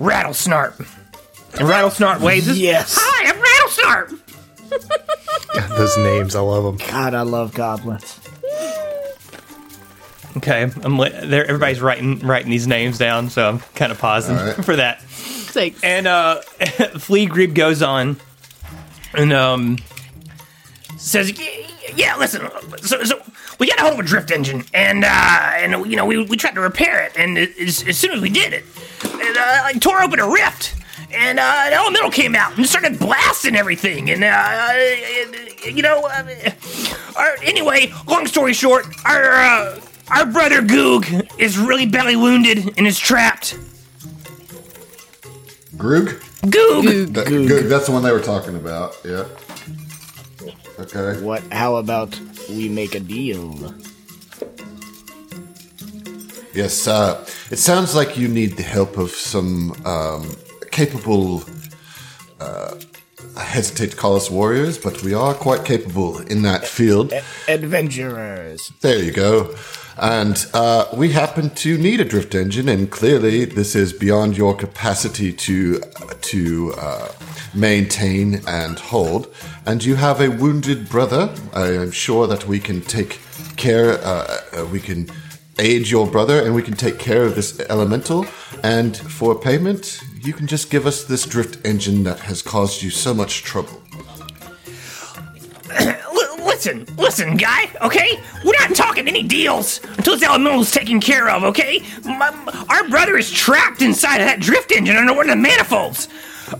Speaker 9: Rattlesnarp.
Speaker 2: and Rattlesnark waves. his-
Speaker 7: yes.
Speaker 9: Hi, I'm Rattlesnarp.
Speaker 6: Those names, I love them.
Speaker 7: God, I love goblins.
Speaker 2: Okay, I'm li- there. Everybody's writing writing these names down, so I'm kind of pausing
Speaker 3: All right.
Speaker 2: for that.
Speaker 5: Thanks.
Speaker 2: And uh, Fleagrebe goes on, and um,
Speaker 9: says, "Y- "Yeah, listen, so, so we got a hold of a drift engine, and uh, and you know we, we tried to repair it, and as, as soon as we did it, it uh, it tore open a rift, and uh, an elemental came out and started blasting everything, and uh, uh, you know, uh, our, anyway, long story short, our uh, our brother Goog is really belly wounded and is trapped.
Speaker 3: Groog?
Speaker 9: Goog,
Speaker 3: That, Goog. That's the one they were talking about. Yeah. Okay.
Speaker 7: What? How about we make a deal?
Speaker 3: Yes, uh, it sounds like you need the help of some um, capable. Uh, I hesitate to call us warriors, but we are quite capable in that field.
Speaker 7: Adventurers.
Speaker 3: There you go. And uh, we happen to need a drift engine, and clearly this is beyond your capacity to to uh, maintain and hold. And you have a wounded brother. I am sure that we can take care. Uh, uh, we can aid your brother, and we can take care of this elemental. And for payment, you can just give us this drift engine that has caused you so much trouble.
Speaker 9: L- listen, listen, guy, okay? We're not talking any deals until this elemental's taken care of, okay? My, our brother is trapped inside of that drift engine under one of the manifolds.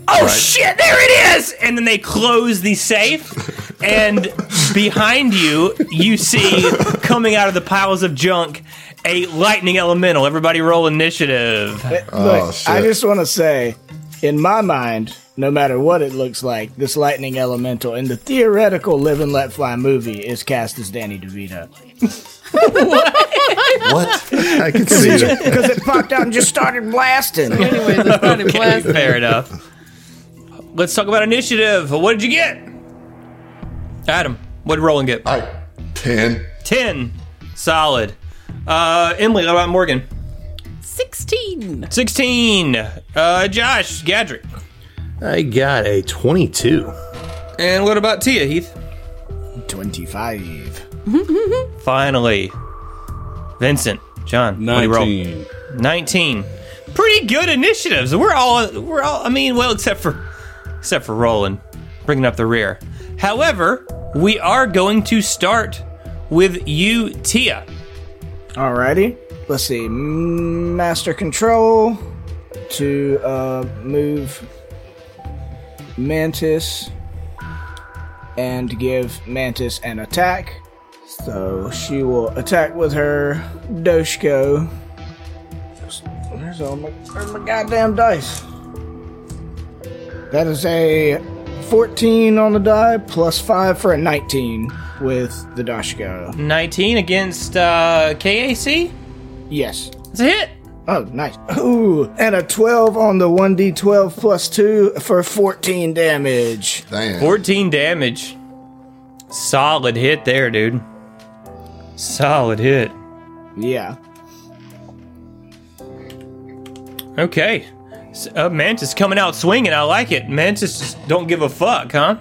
Speaker 9: Oh shit, there it is!
Speaker 2: and then they close the safe and behind you you see coming out of the piles of junk a lightning elemental everybody roll initiative
Speaker 3: Oh,
Speaker 7: Look, I
Speaker 3: shit.
Speaker 7: just want to say, in my mind, no matter what it looks like, this lightning elemental in the theoretical "Live and Let Fly" movie is cast as Danny DeVito
Speaker 3: What?
Speaker 6: I can see that.
Speaker 7: because it popped out and just started blasting.
Speaker 5: Anyways, it's not in class.
Speaker 2: fair enough let's talk about initiative what did you get adam what did roland get
Speaker 3: I ten.
Speaker 2: 10 solid uh emily what about morgan
Speaker 5: 16.
Speaker 2: 16 uh josh gadrick
Speaker 6: I got a 22.
Speaker 2: and what about tia heath
Speaker 7: Twenty-five.
Speaker 2: finally vincent john what do you roll?
Speaker 4: Nineteen.
Speaker 2: 19 pretty good initiatives we're all we're all i mean well except for except for roland bringing up the rear however we are going to start with you tia
Speaker 7: Alrighty. Let's see. M- Master control to uh, move Mantis and give Mantis an attack. So she will attack with her Doshko. Where's all my, where's my goddamn dice? That is a 14 on the die plus 5 for a 19 with the Doshko.
Speaker 2: 19 against uh kac
Speaker 7: Yes.
Speaker 2: it's a hit
Speaker 7: Oh, nice. Ooh, and a 12 on the 1d12 plus 2 for 14 damage.
Speaker 3: Damn.
Speaker 2: 14 damage Solid hit there, dude. Solid hit.
Speaker 7: Yeah.
Speaker 2: Okay. S- Uh, Mantis coming out swinging. I like it. Mantis just don't give a fuck, huh?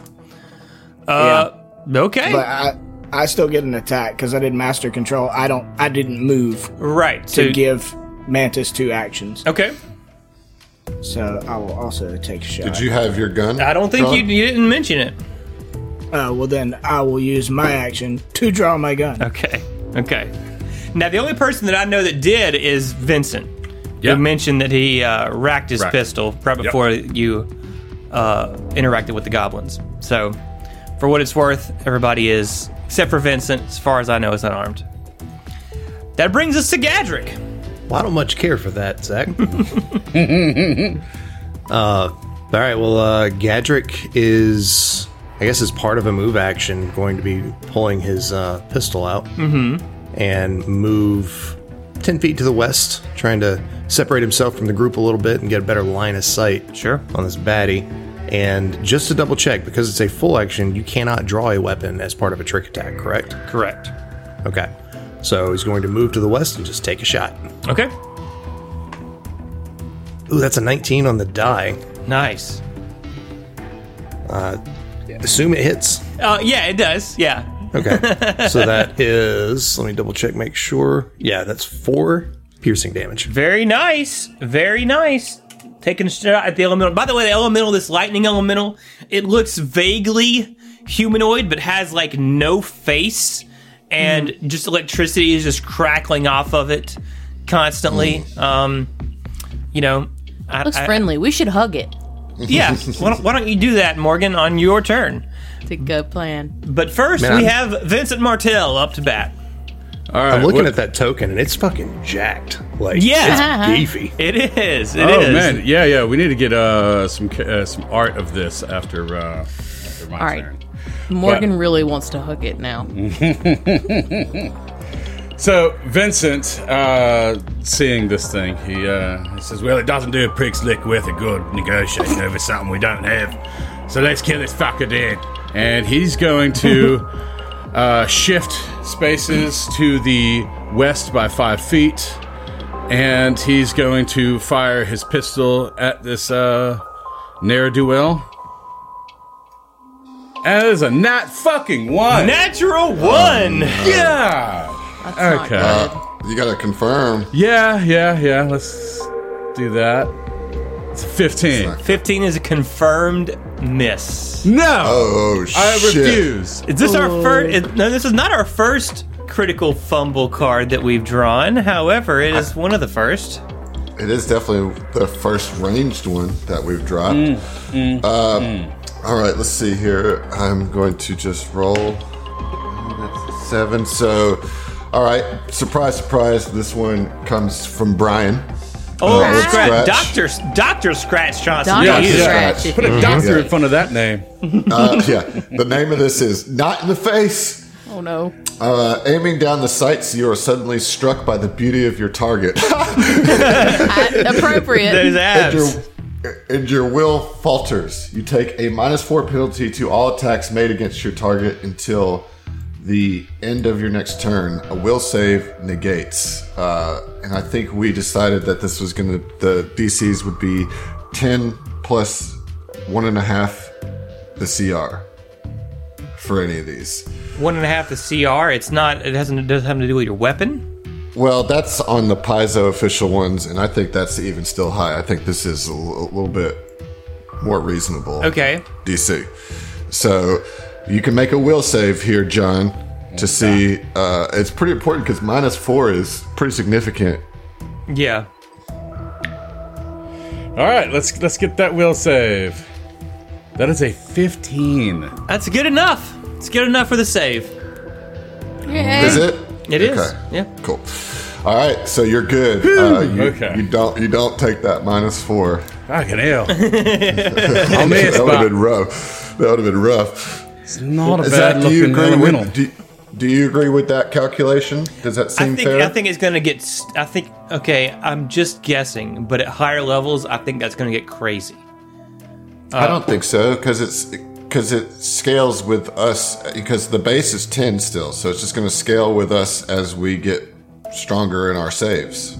Speaker 2: Uh, Okay.
Speaker 7: But I, I still get an attack because I did master control. I don't. I didn't move
Speaker 2: right.
Speaker 7: to
Speaker 2: So,
Speaker 7: give Mantis two actions.
Speaker 2: okay.
Speaker 7: So I will also take a shot.
Speaker 3: Did you have your gun?
Speaker 2: I don't think
Speaker 3: drawn?
Speaker 2: you, you didn't mention it.
Speaker 7: Uh, well, then I will use my action to draw my gun.
Speaker 2: Okay. Okay. Now, the only person that I know that did is Vincent.
Speaker 4: Yeah.
Speaker 2: You mentioned that he uh, racked his
Speaker 4: Racked.
Speaker 2: pistol right before you uh, interacted with the goblins. So, for what it's worth, everybody is, except for Vincent, as far as I know, is unarmed. That brings us to Gadrick.
Speaker 6: Well, I don't much care for that, Zach. uh, all right. Well, uh, Gadrick is, I guess, as part of a move action, going to be pulling his uh, pistol out
Speaker 2: Mm-hmm.
Speaker 6: and move ten feet to the west, trying to separate himself from the group a little bit and get a better line of sight.
Speaker 2: Sure.
Speaker 6: On this baddie, and just to double check, because it's a full action, you cannot draw a weapon as part of a trick attack, correct?
Speaker 2: Correct.
Speaker 6: Okay. So he's going to move to the west and just take a shot.
Speaker 2: Okay.
Speaker 6: Ooh, that's a 19 on the die.
Speaker 2: Nice.
Speaker 6: Assume it hits.
Speaker 2: Uh, yeah, it does. Yeah.
Speaker 6: Okay. so that is, let me double check, make sure. Yeah, that's four piercing damage.
Speaker 2: Very nice. Very nice. Taking a shot at the elemental. By the way, the elemental, this lightning elemental, it looks vaguely humanoid, but has like no face, and just electricity is just crackling off of it constantly. Um, you know, I,
Speaker 5: Looks
Speaker 2: I-
Speaker 5: friendly. We should hug it.
Speaker 2: yeah. why, don't, why don't you do that, Morgan, on your turn?
Speaker 5: It's a good plan.
Speaker 2: But first,
Speaker 6: Man,
Speaker 2: we
Speaker 6: I'm-
Speaker 2: have Vincent Martell up to bat.
Speaker 4: All right.
Speaker 6: I'm looking
Speaker 4: what-
Speaker 6: at that token and it's fucking jacked. Like,
Speaker 2: Yeah.
Speaker 6: it's beefy.
Speaker 2: It is. It is.
Speaker 4: Oh man, yeah, yeah. We need to get uh, some ca- uh, some art of this after. Uh, after my
Speaker 5: All right.
Speaker 4: turn.
Speaker 5: Morgan really wants to hug it now.
Speaker 4: So Vincent, uh, seeing this thing, he, uh, he says, "Well, it doesn't do a prick's lick worth of good negotiating over something we don't have. So let's kill this fucker dead." And he's going to uh, shift spaces to the west by five feet, and he's going to fire his pistol at this uh, ne'er do well. And it is a nat fucking one.
Speaker 2: Natural one.
Speaker 4: yeah.
Speaker 5: That's
Speaker 4: Okay.
Speaker 5: Not good.
Speaker 3: Uh, you gotta confirm.
Speaker 4: Yeah, yeah, yeah. Let's do that. It's 15.
Speaker 2: 15 is a confirmed miss.
Speaker 4: No!
Speaker 3: Oh
Speaker 4: I
Speaker 3: shit!
Speaker 4: refuse.
Speaker 2: Is this our first? No, this is not our first critical fumble card that we've drawn. However, it is one of the first.
Speaker 3: It is definitely the first ranged one that we've dropped.
Speaker 2: Mm,
Speaker 3: um, All right, let's see here. I'm going to just roll That's a seven. So, all right, surprise, surprise. This one comes from Brian.
Speaker 2: Oh,
Speaker 3: Uh, Old
Speaker 2: scratch.
Speaker 3: Scratch.
Speaker 2: Doctor, Doctor Scratch Johnson.
Speaker 5: Doctor Mm-hmm.
Speaker 4: Yeah, yeah.
Speaker 5: Scratch.
Speaker 4: Put
Speaker 3: Mm-hmm.
Speaker 4: a doctor in front of that name.
Speaker 3: Uh, yeah, the name of this is Not in the Face.
Speaker 5: Oh no.
Speaker 3: Uh, aiming down the sights, you are suddenly struck by the beauty of your target.
Speaker 5: I-
Speaker 2: Those
Speaker 5: appropriate.
Speaker 2: abs.
Speaker 3: your, and your will falters. You take a minus four penalty to all attacks made against your target until the end of your next turn. A will save negates. Uh, and I think we decided that this was going to, the DCs would be 10 plus one and a half the CR for any of these.
Speaker 2: One and a half the CR. It's not. It hasn't. It doesn't have to do with your weapon.
Speaker 3: Well, that's on the Paizo official ones, and I think that's even still high. I think this is a l- a little bit more reasonable.
Speaker 2: Okay.
Speaker 3: DC. So you can make a will save here, John, to see. Uh, it's pretty important because minus four is pretty significant.
Speaker 2: Yeah.
Speaker 4: All right, let's let's get that will save. That is a 15.
Speaker 2: That's good enough. It's good enough for the save.
Speaker 3: Is it?
Speaker 2: It is.
Speaker 3: Okay.
Speaker 2: Yeah.
Speaker 3: Cool. All right, so you're good. Uh, you,
Speaker 4: Okay.
Speaker 3: you don't you don't take that minus four.
Speaker 4: Fucking hell. I'll miss,
Speaker 3: that would have
Speaker 4: but
Speaker 3: been rough. That would have been rough.
Speaker 4: it's not a
Speaker 3: Is that
Speaker 4: bad
Speaker 3: do you
Speaker 4: looking
Speaker 3: agree
Speaker 4: elemental.
Speaker 3: with? Do, do you agree with that calculation? Does that seem
Speaker 2: I think.
Speaker 3: fair?
Speaker 2: I think it's gonna get. st- I think. Okay. I'm just guessing, but at higher levels, I think that's gonna get crazy.
Speaker 3: I don't think so because it's because it scales with us because the base is 10 still so it's just going to scale with us as we get stronger in our saves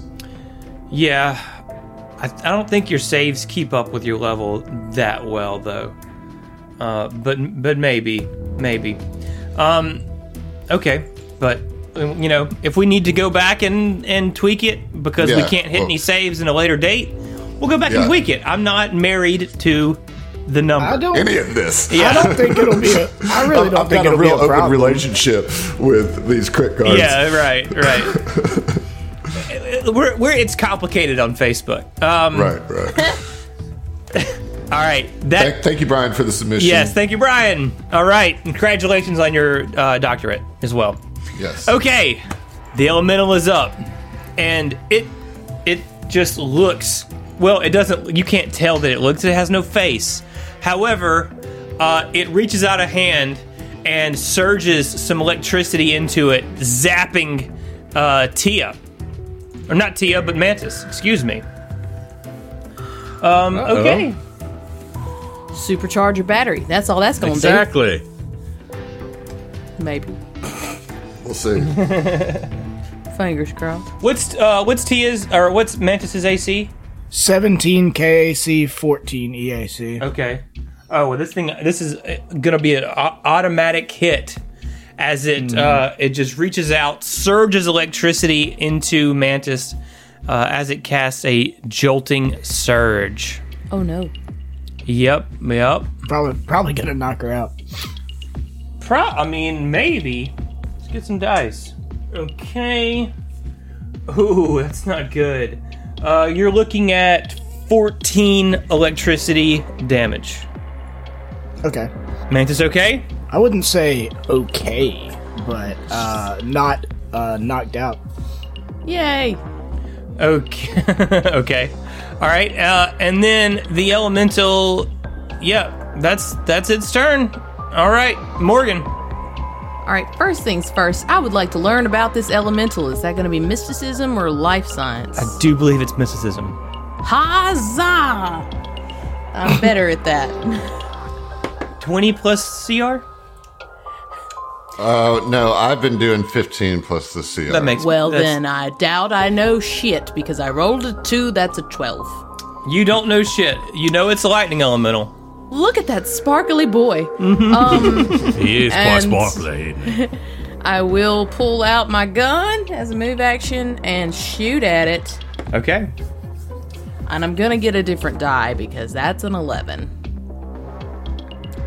Speaker 2: Yeah. I, I don't think your saves keep up with your level that well, though. Uh, but but maybe maybe, um, okay. But uh, you know, if we need to go back and and tweak it because we
Speaker 3: Yeah,
Speaker 2: can't hit
Speaker 3: well-
Speaker 2: any saves in a later date, we'll go back
Speaker 3: Yeah.
Speaker 2: and tweak it. I'm not married to the number.
Speaker 7: I don't.
Speaker 3: any of this
Speaker 7: I don't think it'll be. A, I really
Speaker 3: I've,
Speaker 7: don't
Speaker 3: I've
Speaker 7: think
Speaker 3: got a
Speaker 7: it'll
Speaker 3: real
Speaker 7: be a
Speaker 3: open
Speaker 7: problem.
Speaker 3: relationship with these crit cards
Speaker 2: Yeah, right, right. we're, we're it's complicated on Facebook. Um,
Speaker 3: right right
Speaker 2: All right, that
Speaker 3: thank, thank you brian for the submission
Speaker 2: Yes, thank you, Brian. All right, congratulations on your uh, doctorate as well.
Speaker 3: yes
Speaker 2: Okay, the elemental is up, and it it just looks well. It doesn't. You can't tell that it looks. It has no face. However, uh, it reaches out a hand and surges some electricity into it, zapping uh, Tia, or not Tia, but Mantis. Excuse me. Um, okay.
Speaker 5: Supercharge your battery. That's all that's going to
Speaker 4: Exactly.
Speaker 5: do. Maybe.
Speaker 3: we'll see
Speaker 5: Fingers crossed.
Speaker 2: What's uh, what's Tia's or what's Mantis's AC?
Speaker 7: 17 KAC, 14 EAC.
Speaker 2: Okay. Oh well, this thing this is uh, gonna be an au- automatic hit as it uh, it just reaches out, surges electricity into Mantis uh, as it casts a jolting surge.
Speaker 5: Oh no.
Speaker 2: Yep, yep.
Speaker 7: Probably, probably gonna knock her out.
Speaker 2: Pro. I mean, maybe. Let's get some dice. Okay. Ooh, that's not good. Uh, you're looking at 14 electricity damage.
Speaker 7: Okay.
Speaker 2: Mantis, okay?
Speaker 7: I wouldn't say okay, but uh, not uh, knocked out.
Speaker 5: Yay.
Speaker 2: Okay. okay. All right. Uh, and then the elemental. Yeah, that's that's its turn. All right, Morgan.
Speaker 5: All right, first things first, I would like to learn about this elemental. Is that going to be mysticism or life science?
Speaker 2: do believe it's mysticism.
Speaker 5: Huzzah! I'm better at that.
Speaker 2: Twenty plus CR.
Speaker 3: uh, no i've been doing 15 plus the cr
Speaker 2: That makes
Speaker 5: Well,
Speaker 2: that's-
Speaker 5: then, I doubt I know shit because I rolled a two, that's a 12.
Speaker 2: You don't know shit. You know it's a lightning elemental.
Speaker 5: Look at that sparkly boy.
Speaker 4: Mm-hmm.
Speaker 5: Um,
Speaker 4: He is quite
Speaker 5: And-
Speaker 4: sparkly. isn't he?
Speaker 5: I will pull out my gun as a move action and shoot at it.
Speaker 2: Okay.
Speaker 5: And I'm gonna get a different die because that's an eleven.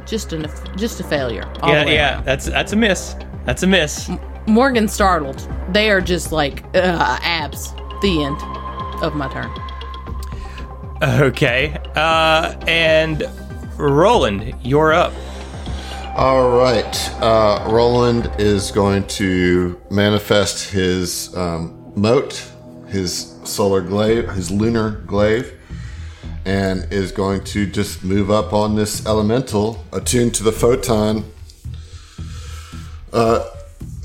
Speaker 5: Just an just a failure. all
Speaker 2: Yeah,
Speaker 5: the way
Speaker 2: yeah. That's that's a miss. That's a miss.
Speaker 5: around. Morgan startled. They are just like uh, abs. The end of my turn.
Speaker 2: Okay. Uh, and Roland, you're up.
Speaker 3: All right. Uh, Roland is going to manifest his um, moat, his solar glaive, his lunar glaive, and is going to just move up on this elemental attuned to the photon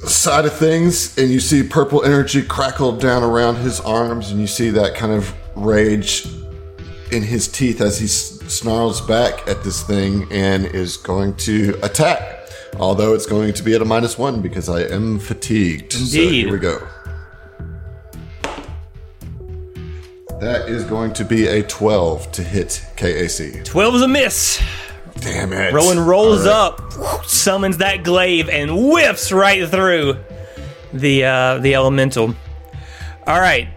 Speaker 3: side of things, and you see purple energy crackle down around his arms, and you see that kind of rage in his teeth as he s- snarls back at this thing and is going to attack. Although it's going to be at a minus one because I am fatigued. So
Speaker 2: Indeed.
Speaker 3: here we go. That is going to be a 12 to hit KAC.
Speaker 2: Twelve is a miss.
Speaker 3: Damn it.
Speaker 2: Roland rolls
Speaker 3: All right.
Speaker 2: up, summons that glaive, and whiffs right through the uh, the elemental. All right,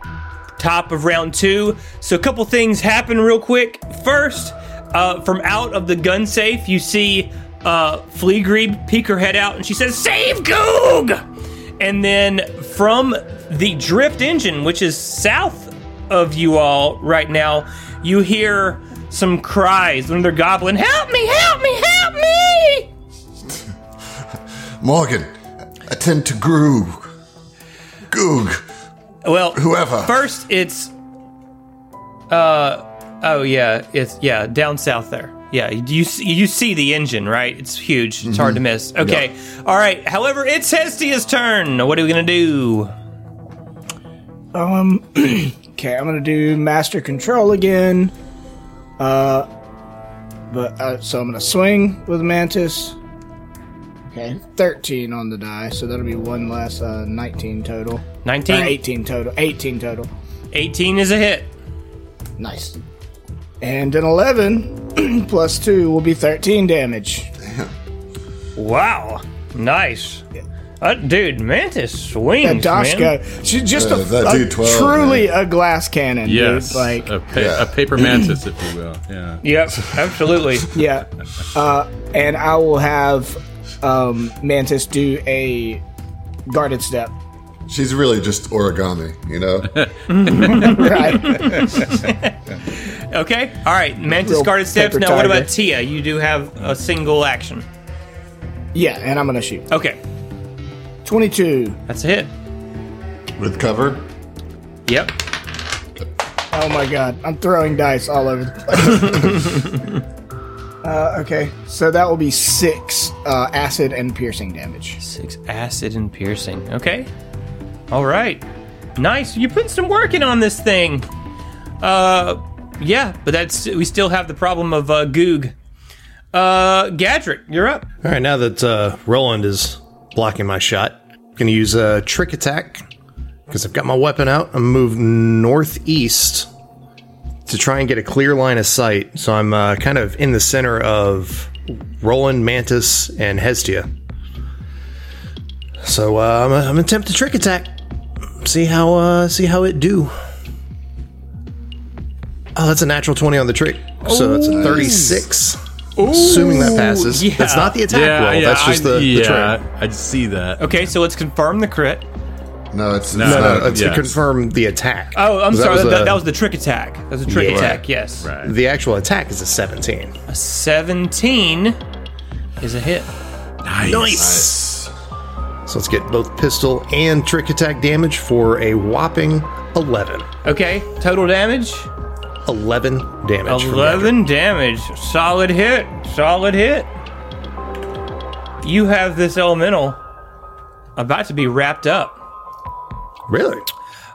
Speaker 2: top of round two. So a couple things happen real quick. First, uh, from out of the gun safe, you see uh, Fleagrebe peek her head out, and she says, "Save Goog!" And then from the drift engine, which is south of you all right now, you hear some cries. Another goblin, "Help me! Help me! Help me!"
Speaker 3: Morgan, attend to Groog. Goog.
Speaker 2: Well,
Speaker 3: Whoever.
Speaker 2: First, it's. Uh, oh yeah, it's yeah down south there. Yeah, you see- you see the engine, right? It's huge. It's hard to miss. Okay, all right. However, it's Hestia's turn. What are we gonna do?
Speaker 7: Um, okay, I'm gonna do master control again. Uh, But uh, so I'm gonna swing with Mantis. Okay, 13 on the die, so that'll be one less. Uh, 19 total. Or
Speaker 2: 19.
Speaker 7: 18 total. 18 total.
Speaker 2: 18 is a hit.
Speaker 7: Nice. And an 11 plus 2 will be 13 damage.
Speaker 2: Wow. Nice. Uh, dude, Mantis
Speaker 7: And
Speaker 2: swings, man.
Speaker 7: Doshko, she's just
Speaker 3: Yeah,
Speaker 7: a,
Speaker 3: that
Speaker 7: a
Speaker 3: D12,
Speaker 7: truly a glass cannon. dude.
Speaker 4: Yes,
Speaker 7: Like,
Speaker 4: a, pa-
Speaker 3: Yeah.
Speaker 4: a paper mantis, if you will. Yeah.
Speaker 2: Yep, absolutely.
Speaker 7: yeah. Uh, and I will have um, Mantis do a guarded step.
Speaker 3: She's really just origami, you know?
Speaker 7: Right.
Speaker 2: Okay. All right. Mantis
Speaker 7: Real
Speaker 2: guarded steps.
Speaker 7: paper
Speaker 2: Now, what
Speaker 7: tiger.
Speaker 2: about Tia? You do have a single action.
Speaker 7: yeah, and I'm going to shoot.
Speaker 2: Okay.
Speaker 7: 22.
Speaker 2: That's a hit.
Speaker 3: With cover.
Speaker 2: Yep.
Speaker 7: Oh my god, I'm throwing dice all over the place. uh, okay, so that will be six uh, acid and piercing damage.
Speaker 2: Six acid and piercing. Okay. All right. Nice. You put some work in on this thing. Uh, yeah, but that's we still have the problem of uh, Goog. Uh, Gadrick, you're up.
Speaker 6: All right, now that uh, Roland is blocking my shot, I'm going to use a trick attack because I've got my weapon out. I'm gonna move northeast to try and get a clear line of sight. So I'm uh, kind of in the center of Roland, Mantis, and Hestia. So uh, I'm, I'm gonna attempt a trick attack. See how uh, see how it do. Oh, that's a natural twenty on the trick, so that's a thirty-six. assuming that passes.
Speaker 2: yeah.
Speaker 6: That's not the attack
Speaker 4: Yeah,
Speaker 6: roll.
Speaker 4: yeah,
Speaker 6: that's just
Speaker 4: I,
Speaker 6: the, the
Speaker 4: yeah,
Speaker 6: turn.
Speaker 4: I see that.
Speaker 2: Okay, so let's confirm the crit.
Speaker 3: No, it's,
Speaker 4: No,
Speaker 3: it's
Speaker 6: No,
Speaker 4: no,
Speaker 3: not.
Speaker 6: no, it's
Speaker 4: yeah.
Speaker 6: to confirm the attack.
Speaker 2: Oh, I'm
Speaker 6: That
Speaker 2: sorry.
Speaker 6: was
Speaker 2: that,
Speaker 6: a-
Speaker 2: that was the trick attack. That was a trick
Speaker 6: Yeah.
Speaker 2: attack. Yes.
Speaker 4: Right.
Speaker 6: The actual attack is a 17.
Speaker 2: A 17 is a hit.
Speaker 4: Nice.
Speaker 6: So let's get both pistol and trick attack damage for a whopping 11.
Speaker 2: Okay, total damage
Speaker 6: 11 damage. from Magic.
Speaker 2: 11 damage. Solid hit. Solid hit. You have this elemental about to be wrapped up.
Speaker 6: Really?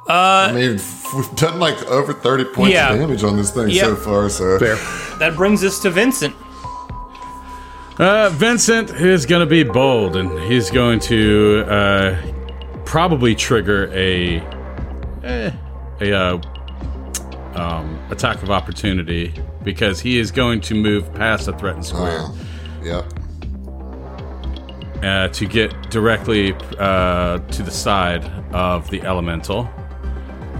Speaker 3: I mean, we've done like over 30 points
Speaker 2: Yeah.
Speaker 3: of damage on this thing
Speaker 2: Yep.
Speaker 3: so far, so.
Speaker 6: Fair.
Speaker 2: That brings us to Vincent.
Speaker 4: Uh, Vincent is going to be bold, and he's going to uh, probably trigger a eh, a uh, um, attack of opportunity because he is going to move past the threatened square
Speaker 3: Uh, yeah.
Speaker 4: uh, to get directly uh, to the side of the elemental.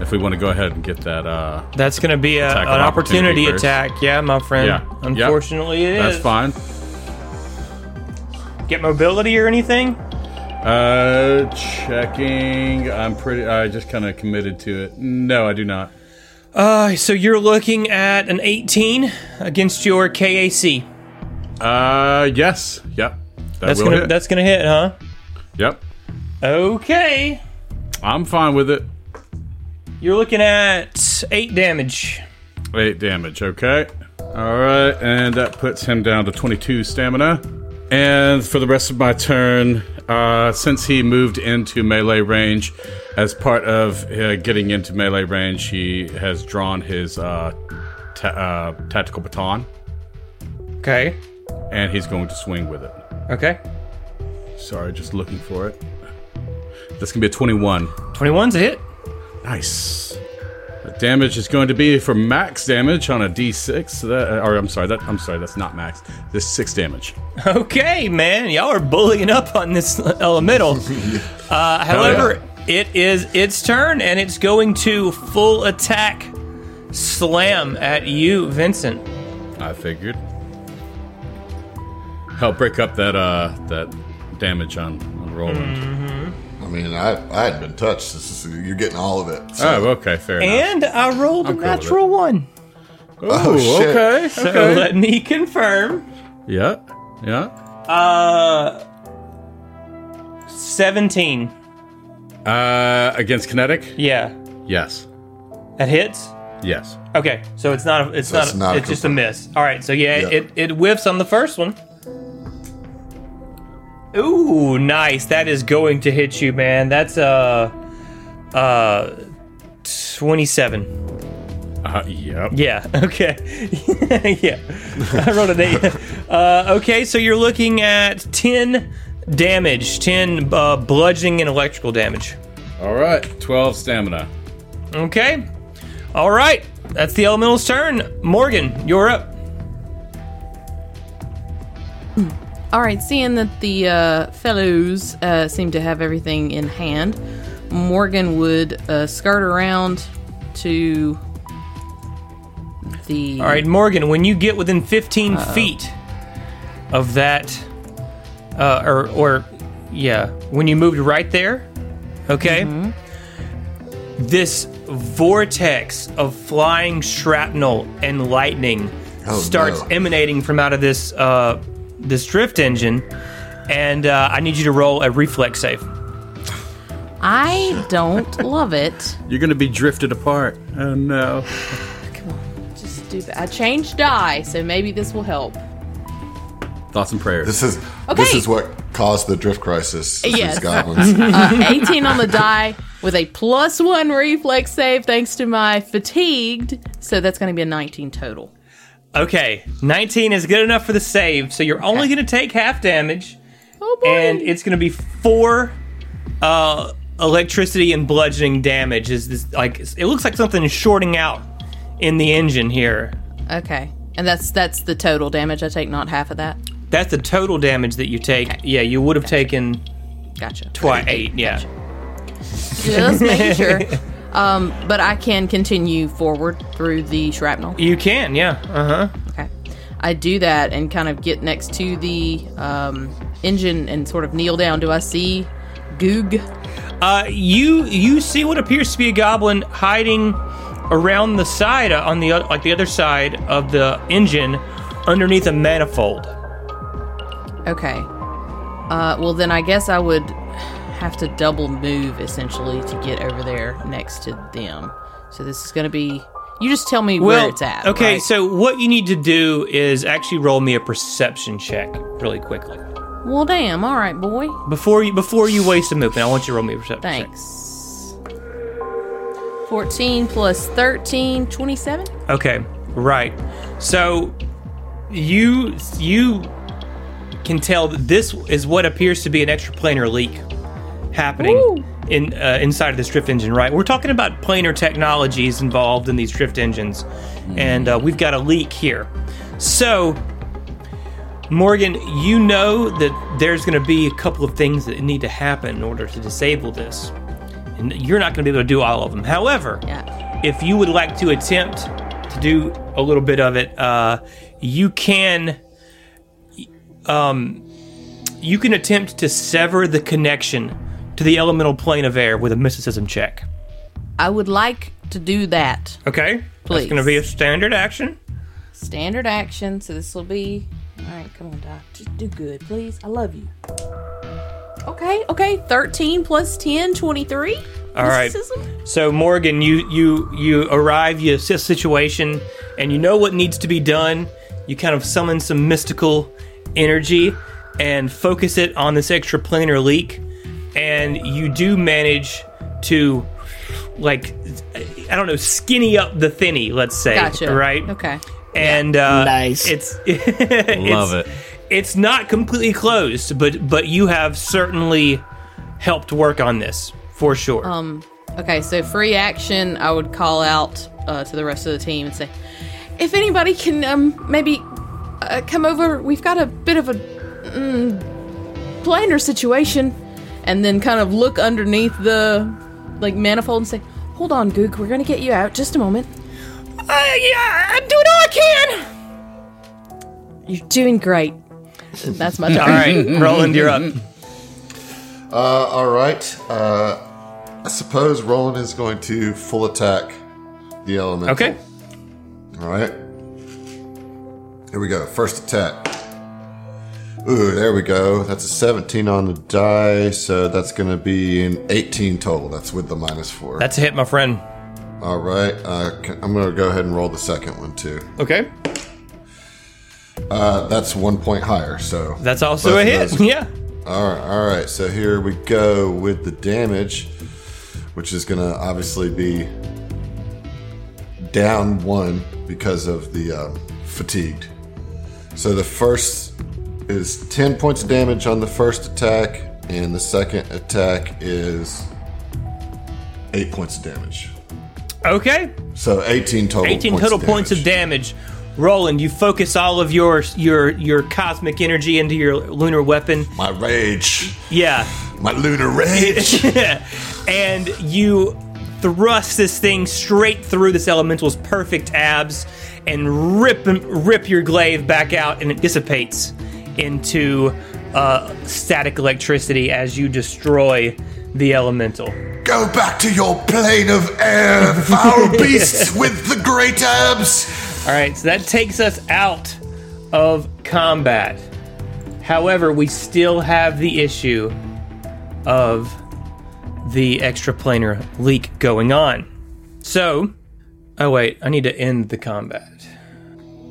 Speaker 4: If we want to go ahead and get that, uh,
Speaker 2: That's going to be a,
Speaker 4: Attack
Speaker 2: an
Speaker 4: of opportunity
Speaker 2: opportunity,
Speaker 4: first.
Speaker 2: attack. Yeah, my friend.
Speaker 4: Yeah.
Speaker 2: Unfortunately, it is.
Speaker 4: that's fine.
Speaker 2: Get mobility or anything?
Speaker 4: Uh, checking. I'm pretty. I just kind of committed to it. No, I do not.
Speaker 2: Uh, so you're looking at an 18 against your KAC.
Speaker 4: Uh, yes. Yep. That
Speaker 2: That's
Speaker 4: will
Speaker 2: gonna
Speaker 4: hit.
Speaker 2: that's gonna hit, huh?
Speaker 4: Yep.
Speaker 2: Okay.
Speaker 4: I'm fine with it.
Speaker 2: You're looking at eight damage.
Speaker 4: Eight damage. Okay. All right, and that puts him down to 22 stamina. And for the rest of my turn, uh, since he moved into melee range, as part of uh, getting into melee range, he has drawn his uh, ta- uh, tactical baton,
Speaker 2: Okay.
Speaker 4: and he's going to swing with it.
Speaker 2: Okay.
Speaker 4: Sorry, just looking for it. That's gonna be a 21.
Speaker 2: 21's a hit.
Speaker 4: Nice. The damage is going to be for max damage on a D6. So that, uh, or I'm sorry, that I'm sorry, that's not max. This six damage.
Speaker 2: Okay, man, y'all are bullying up on this elemental. Uh, however, it is its turn, and it's going to full attack slam at you, Vincent.
Speaker 4: I figured. Help break up that uh that damage on, on Roland.
Speaker 3: I mean, I, I hadn't been touched. This is, you're getting all of it. So.
Speaker 4: Oh, okay, fair enough.
Speaker 2: And I rolled a
Speaker 4: cool with
Speaker 2: natural one,
Speaker 3: Oh, shit.
Speaker 4: okay,
Speaker 2: so
Speaker 4: okay.
Speaker 2: let me confirm.
Speaker 4: Yeah, yeah.
Speaker 2: Uh, seventeen.
Speaker 4: Uh, against kinetic.
Speaker 2: Yeah,
Speaker 4: Yes,
Speaker 2: that hits.
Speaker 4: yes.
Speaker 2: Okay, so it's not. A, it's
Speaker 3: That's
Speaker 2: not.
Speaker 3: not
Speaker 2: A,
Speaker 3: a
Speaker 2: it's just a miss. All right. So yeah,
Speaker 3: Yeah.
Speaker 2: it it whiffs on the first one. Ooh, nice. That is going to hit you, man. That's uh, uh, twenty-seven.
Speaker 4: Uh, yep.
Speaker 2: Yeah. Okay. yeah. I rolled an eight. Uh, okay, so you're looking at ten damage, ten uh, bludgeoning and electrical damage.
Speaker 4: All right. 12 stamina.
Speaker 2: Okay. All right. That's the elemental's turn. Morgan, you're up.
Speaker 5: All right, seeing that the uh, fellows uh, seem to have everything in hand, Morgan would uh, skirt around to the.
Speaker 2: All right, Morgan, when you get within 15 feet of that, uh, or, or, yeah, when you moved right there, okay,
Speaker 3: Mm-hmm.
Speaker 2: this vortex of flying shrapnel and lightning
Speaker 3: Oh,
Speaker 2: starts
Speaker 3: no.
Speaker 2: emanating from out of this, uh, this drift engine, and uh, I need you to roll a reflex save.
Speaker 5: I don't love it.
Speaker 8: You're going to be drifted apart. Oh no.
Speaker 5: Come on, just do that. I changed die, so maybe this will help.
Speaker 8: Thoughts and prayers.
Speaker 3: This is this
Speaker 5: Okay.
Speaker 3: is what caused the drift crisis. these
Speaker 5: Yes.
Speaker 3: goblins.
Speaker 5: Uh, 18 on the die with a plus one reflex save thanks to my fatigued, so that's going to be a 19 total.
Speaker 2: Okay, 19 is good enough for the save, so you're only going to take half damage.
Speaker 5: Oh boy!
Speaker 2: and it's going to be four uh, electricity and bludgeoning damage. Is this like it looks like something is shorting out in the engine here?
Speaker 5: okay, and that's that's the total damage I take, not half of that.
Speaker 2: That's the total damage that you take. Yeah, you would have taken
Speaker 5: Gotcha.
Speaker 2: twice eight. Yeah.
Speaker 5: Just making sure. Um, but I can continue forward through the shrapnel.
Speaker 2: You can, yeah. Uh huh.
Speaker 5: Okay. I do that and kind of get next to the um, engine and sort of kneel down. Do I see Goog?
Speaker 2: Uh, you you see what appears to be a goblin hiding around the side uh, on the o- like the other side of the engine underneath a manifold.
Speaker 5: Okay. Uh, well, then I guess I would have to double move essentially to get over there next to them. So this is going to be. You just tell me where it's at.
Speaker 2: Okay,
Speaker 5: right?
Speaker 2: so what you need to do is actually roll me a perception check really quickly.
Speaker 5: Well, damn. All right, boy.
Speaker 2: Before you before you waste a movement, I want you to roll me a perception. check.
Speaker 5: Thanks. 14 plus 13, 27?
Speaker 2: Okay. Right. So you you can tell that this is what appears to be an extraplanar leak happening in uh, inside of this drift engine. Right. We're talking about planar technologies involved in these drift engines, and uh, we've got a leak here. So. Morgan, you know that there's going to be a couple of things that need to happen in order to disable this. And you're not going to be able to do all of them. However,
Speaker 5: Yeah.
Speaker 2: if you would like to attempt to do a little bit of it, uh, you can. Um, you can attempt to sever the connection to the elemental plane of air with a mysticism check.
Speaker 5: I would like to do that.
Speaker 2: Okay,
Speaker 5: Please.
Speaker 2: That's going to be a standard action.
Speaker 5: Standard action, so this will be. Alright, come on, Doc. Just do good, please. I love you. Okay, okay. 13 plus 10, 23.
Speaker 2: All right.
Speaker 5: Mysticism?
Speaker 2: So Morgan, you you you arrive, you assess situation, and you know what needs to be done. You kind of summon some mystical energy and focus it on this extraplanar leak, and you do manage to, like, I don't know, skinny up the thinny. Let's say,
Speaker 5: Gotcha.
Speaker 2: right?
Speaker 5: Okay.
Speaker 2: And uh,
Speaker 7: Nice.
Speaker 2: It's love
Speaker 8: it.
Speaker 2: It's not completely closed, but but you have certainly helped work on this for sure.
Speaker 5: Um, Okay, so free action, I would call out uh, to the rest of the team and say, if anybody can um, maybe uh, come over, we've got a bit of a mm, planar situation. And then kind of look underneath the like manifold and say, hold on, Goog, we're going to get you out. Just a moment.
Speaker 9: Uh, yeah, I'm doing all I can.
Speaker 5: You're doing great. That's my turn.
Speaker 2: All right, Roland, you're up.
Speaker 3: uh, all right. Uh, I suppose Roland is going to full attack the element.
Speaker 2: Okay.
Speaker 3: All right. Here we go. First attack. Ooh, there we go. That's a 17 on the die, so that's going to be an 18 total. That's with the minus four.
Speaker 2: That's a hit, my friend.
Speaker 3: All right. Uh, can- I'm going to go ahead and roll the second one too.
Speaker 2: Okay.
Speaker 3: Uh, that's one point higher. So
Speaker 2: That's also
Speaker 3: Both
Speaker 2: a
Speaker 3: of
Speaker 2: hit.
Speaker 3: those.
Speaker 2: Yeah.
Speaker 3: All right, all right. So here we go with the damage, which is going to obviously be down one because of the um, fatigued. So the first is 10 points of damage on the first attack, and the second attack is 8 points of damage.
Speaker 2: Okay.
Speaker 3: So 18 total
Speaker 2: 18
Speaker 3: points
Speaker 2: total
Speaker 3: of
Speaker 2: points of damage. Roland, you focus all of your your your cosmic energy into your lunar weapon.
Speaker 3: My rage.
Speaker 2: Yeah.
Speaker 3: My lunar rage.
Speaker 2: and you thrust this thing straight through this elemental's perfect abs and rip rip your glaive back out and it dissipates into uh, static electricity as you destroy the elemental.
Speaker 3: Go back to your plane of air, foul beasts with the great abs.
Speaker 2: All right, so that takes us out of combat. However, we still have the issue of the extraplanar leak going on. So, oh wait, I need to end the combat.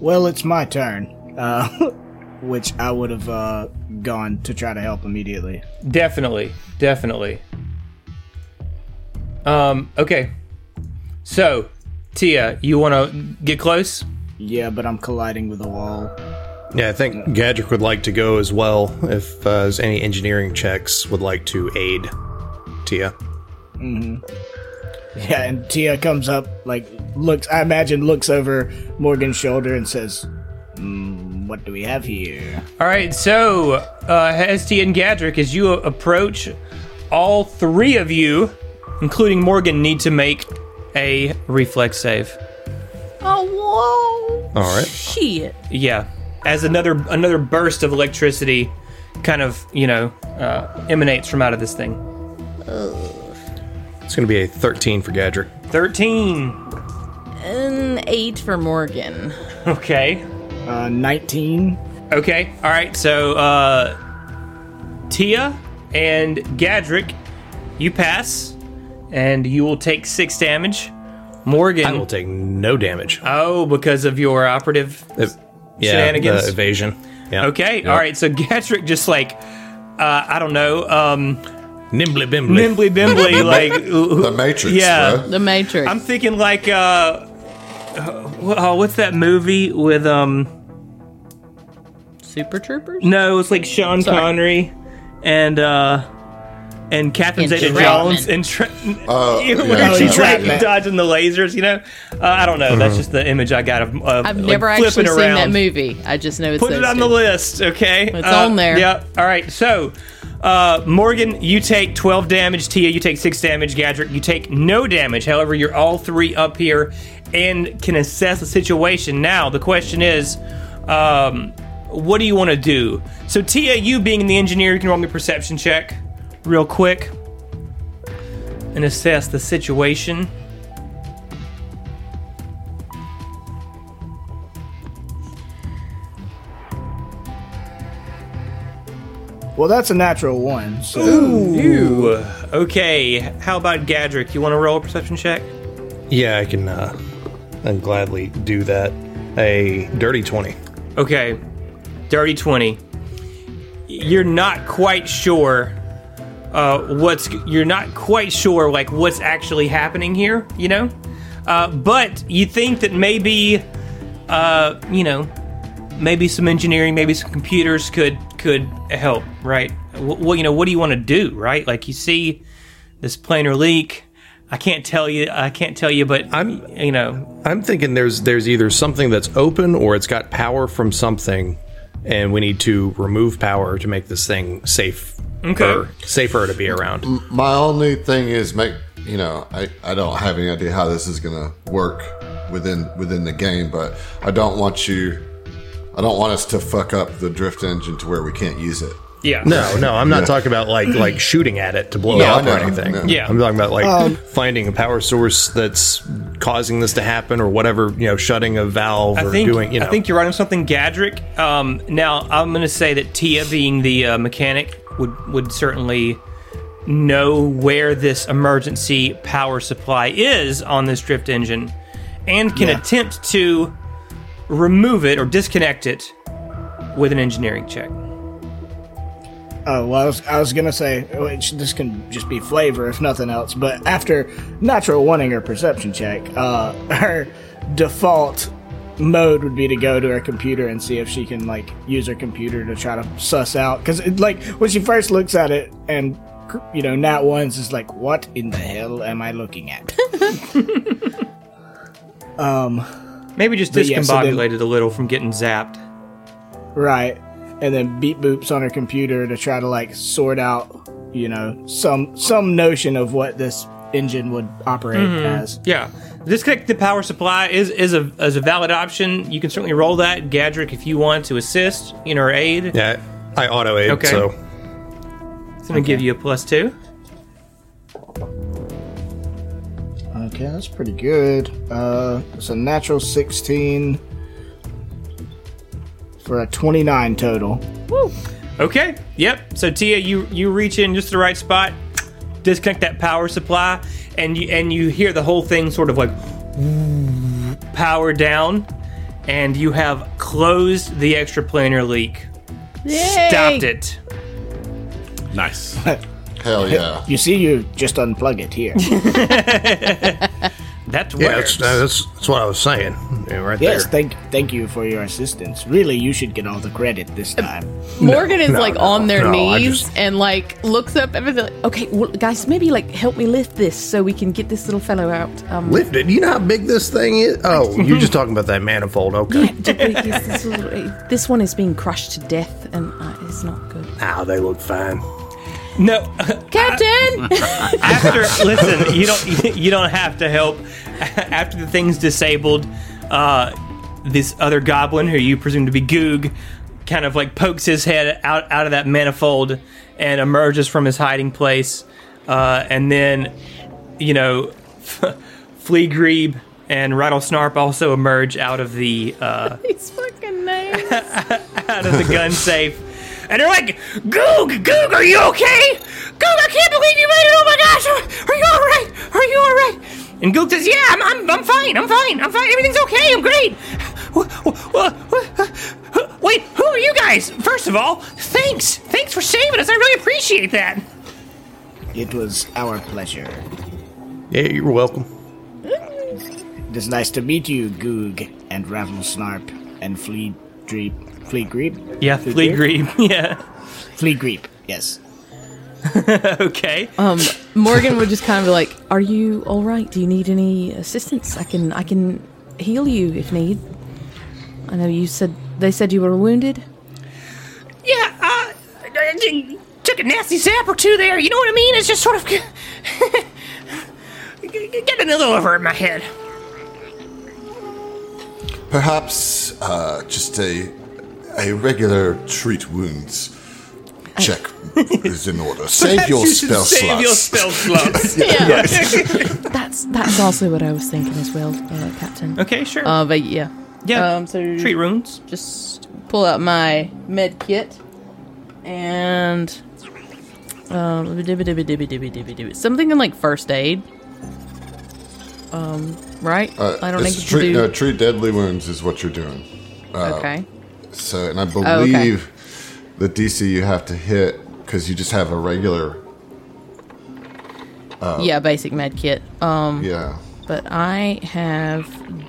Speaker 7: Well, it's my turn, uh, which I would have uh, gone to try to help immediately.
Speaker 2: Definitely, definitely. Um, okay. So, Tia, you want to get close?
Speaker 7: Yeah, but I'm colliding with a wall.
Speaker 6: Yeah, I think Gadrick would like to go as well if uh, there's any engineering checks would like to aid Tia.
Speaker 7: Yeah, and Tia comes up, like looks. I imagine looks over Morgan's shoulder and says, mm, "What do we have here?"
Speaker 2: All right, so uh, Hesty and Gadrick, as you approach, all three of you, including Morgan, need to make a reflex save.
Speaker 5: Oh, whoa.
Speaker 6: All right.
Speaker 5: Shit.
Speaker 2: Yeah, as another another burst of electricity, kind of you know, uh, emanates from out of this thing.
Speaker 6: It's going to be a 13 for Gadrick.
Speaker 2: Thirteen.
Speaker 5: An eight for Morgan.
Speaker 2: Okay.
Speaker 7: Uh, Nineteen.
Speaker 2: Okay. All right. So uh, Tia and Gadrick, you pass, and you will take six damage. Morgan
Speaker 6: I will take no damage.
Speaker 2: Oh, because of your operative.
Speaker 6: If- yeah,
Speaker 2: Shenanigans?
Speaker 6: the evasion. Yeah.
Speaker 2: Okay, all right. So Gatrick just like uh, I don't know, um,
Speaker 6: Nimbly bimbly.
Speaker 2: nimbly bimbly, like
Speaker 3: The Matrix,
Speaker 2: Yeah.
Speaker 3: bro. Uh,
Speaker 5: The Matrix.
Speaker 2: I'm thinking like uh, uh, wh- oh, what's that movie with um?
Speaker 5: Super Troopers?
Speaker 2: No, it's like Sean
Speaker 5: Sorry.
Speaker 2: Connery and uh and Catherine Zeta
Speaker 5: Entrapment.
Speaker 2: Jones and tra-
Speaker 3: Oh,
Speaker 2: you know,
Speaker 3: yeah,
Speaker 2: where
Speaker 3: yeah,
Speaker 2: she's like
Speaker 7: Entrapment.
Speaker 2: dodging the lasers. You know, uh, I don't know. That's just the image I got of. of
Speaker 5: I've
Speaker 2: like,
Speaker 5: never
Speaker 2: flipping
Speaker 5: actually seen
Speaker 2: around.
Speaker 5: that movie. I just know it's
Speaker 2: Put
Speaker 5: those
Speaker 2: it on
Speaker 5: two.
Speaker 2: the list, okay?
Speaker 5: It's on there.
Speaker 2: Yeah. All right. So, uh, Morgan, you take 12 damage. Tia, you take 6 damage. Gadrick, you take no damage. However, you're all three up here and can assess the situation. Now, the question is um, what do you want to do? So, Tia, you being the engineer, you can roll me a perception check real quick and assess the situation.
Speaker 7: Well, that's a natural one. So
Speaker 2: Ooh. Okay. How about Gadrick? You want to roll a perception check?
Speaker 6: Yeah, I can uh and gladly do that. A dirty 20.
Speaker 2: Okay. Dirty 20. You're not quite sure uh, what's you're not quite sure like what's actually happening here, you know? Uh, but you think that maybe uh, you know, maybe some engineering, maybe some computers could could help, right? Wh- Well, you know, what do you want to do, right? Like you see this planar leak. I can't tell you. I can't tell you, but
Speaker 6: I'm-
Speaker 2: you know,
Speaker 6: I'm thinking there's there's either something that's open or it's got power from something and we need to remove power to make this thing safe.
Speaker 2: Okay.
Speaker 6: Safer to be around.
Speaker 3: My only thing is make you know I, I don't have any idea how this is gonna work within within the game, but I don't want you I don't want us to fuck up the drift engine to where we can't use it.
Speaker 2: yeah.
Speaker 6: No, no, I'm not talking about like like shooting at it to blow
Speaker 3: Yeah,
Speaker 6: it up
Speaker 3: I
Speaker 6: or
Speaker 3: know,
Speaker 6: anything.
Speaker 3: no.
Speaker 2: Yeah.
Speaker 6: I'm talking about like finding a power source that's causing this to happen or whatever, you know, shutting a valve
Speaker 2: I
Speaker 6: or
Speaker 2: think,
Speaker 6: doing, you know.
Speaker 2: I think you're right on something, Gadrick. Um, now, I'm going to say that Tia, being the uh, mechanic, would, would certainly know where this emergency power supply is on this drift engine and can attempt to remove it or disconnect it with an engineering check.
Speaker 7: Oh, well, I was, I was gonna say which this can just be flavor if nothing else. But after natural wanting her perception check, uh, her default mode would be to go to her computer and see if she can like use her computer to try to suss out because like when she first looks at it and you know nat ones is like what in the hell am i looking at um
Speaker 2: Maybe just
Speaker 7: But yeah, so then-
Speaker 2: discombobulated a little from getting zapped.
Speaker 7: Right. And then beat boops on her computer to try to like sort out, you know, some some notion of what this engine would operate as.
Speaker 2: Yeah, disconnect the power supply is is a is a valid option. You can certainly roll that, Gadrick, if you want to assist in or aid.
Speaker 6: Yeah, I auto aid,
Speaker 2: Okay.
Speaker 6: so
Speaker 2: It's going to give you a plus two.
Speaker 7: Okay, that's pretty good. Uh it's a natural sixteen for a twenty-nine total.
Speaker 2: Okay. Yep. So Tia, you you reach in just the right spot, disconnect that power supply, and you and you hear the whole thing sort of like power down, and you have closed the extraplanar leak, stopped
Speaker 5: Yay!
Speaker 2: it.
Speaker 4: Nice.
Speaker 3: Hell yeah.
Speaker 7: You see you just unplug it here.
Speaker 2: That works.
Speaker 6: yeah, that's, that's that's what I was saying. Yeah, right
Speaker 7: yes,
Speaker 6: there.
Speaker 7: thank thank you for your assistance. Really you should get all the credit this time.
Speaker 5: Morgan is
Speaker 6: no,
Speaker 5: like
Speaker 6: no,
Speaker 5: on their
Speaker 6: no, I
Speaker 5: knees
Speaker 6: just-
Speaker 5: and like looks up and is like, okay, well, guys, maybe like help me lift this so we can get this little fellow out. Um,
Speaker 6: Lift it. You know how big this thing is? Oh, you're just talking about that manifold. Okay.
Speaker 5: yes, this, little- this one is being crushed to death and uh, it's not good.
Speaker 6: Ow, they look fine.
Speaker 2: no,
Speaker 5: Captain,
Speaker 2: after listen, you don't you don't have to help. After the thing's disabled, uh, this other goblin, who you presume to be Goog, kind of like pokes his head out out of that manifold and emerges from his hiding place, uh, and then you know, Flea Grebe and Rattle Snarp also emerge out of the uh,
Speaker 5: he's fucking nice.
Speaker 2: out of the gun safe. And they're like, Goog, Goog, are you okay? Goog, I can't believe you made it! Oh my gosh, are, are you alright? Are you alright? And Goog says, Yeah, I'm, I'm, I'm fine, I'm fine, I'm fine, everything's okay, I'm great. Wh- wh- wh- wh- Wait, who are you guys? First of all, thanks, thanks for saving us, I really appreciate that.
Speaker 7: It was our pleasure.
Speaker 6: Yeah, you're welcome.
Speaker 7: It is nice to meet you, Goog and Rattle Snarp and Flea Dreep. Flea Greep?
Speaker 2: Yeah,
Speaker 7: Flea
Speaker 2: Grebe, yeah.
Speaker 7: Flea Greep, yes.
Speaker 2: Okay.
Speaker 5: Um, Morgan would just kind of be like, "Are you all right? Do you need any assistance? I can I can heal you if need." I know you said they said you were wounded.
Speaker 9: Yeah, uh, I d- took a nasty zap or two there. You know what I mean? It's just sort of g- g- getting a little over my head.
Speaker 3: Perhaps uh, just a a regular treat wounds check is in order. Save your spell slots.
Speaker 2: slots.
Speaker 5: That's that's also what I was thinking as well, uh, Captain.
Speaker 2: okay, sure.
Speaker 5: Uh, but yeah,
Speaker 2: yeah,
Speaker 5: um, so-
Speaker 2: treat runes.
Speaker 5: just pull out my med kit and um, something in like first aid. Um, right?
Speaker 3: Uh,
Speaker 5: I don't
Speaker 3: it's
Speaker 5: think you
Speaker 3: treat,
Speaker 5: can do.
Speaker 3: no, treat deadly wounds is what you're doing. Uh,
Speaker 5: okay. Oh,
Speaker 3: So, and I
Speaker 5: okay.
Speaker 3: believe the DC you have to hit because you just have a regular.
Speaker 5: yeah, basic med kit. Um,
Speaker 3: Yeah.
Speaker 5: but I have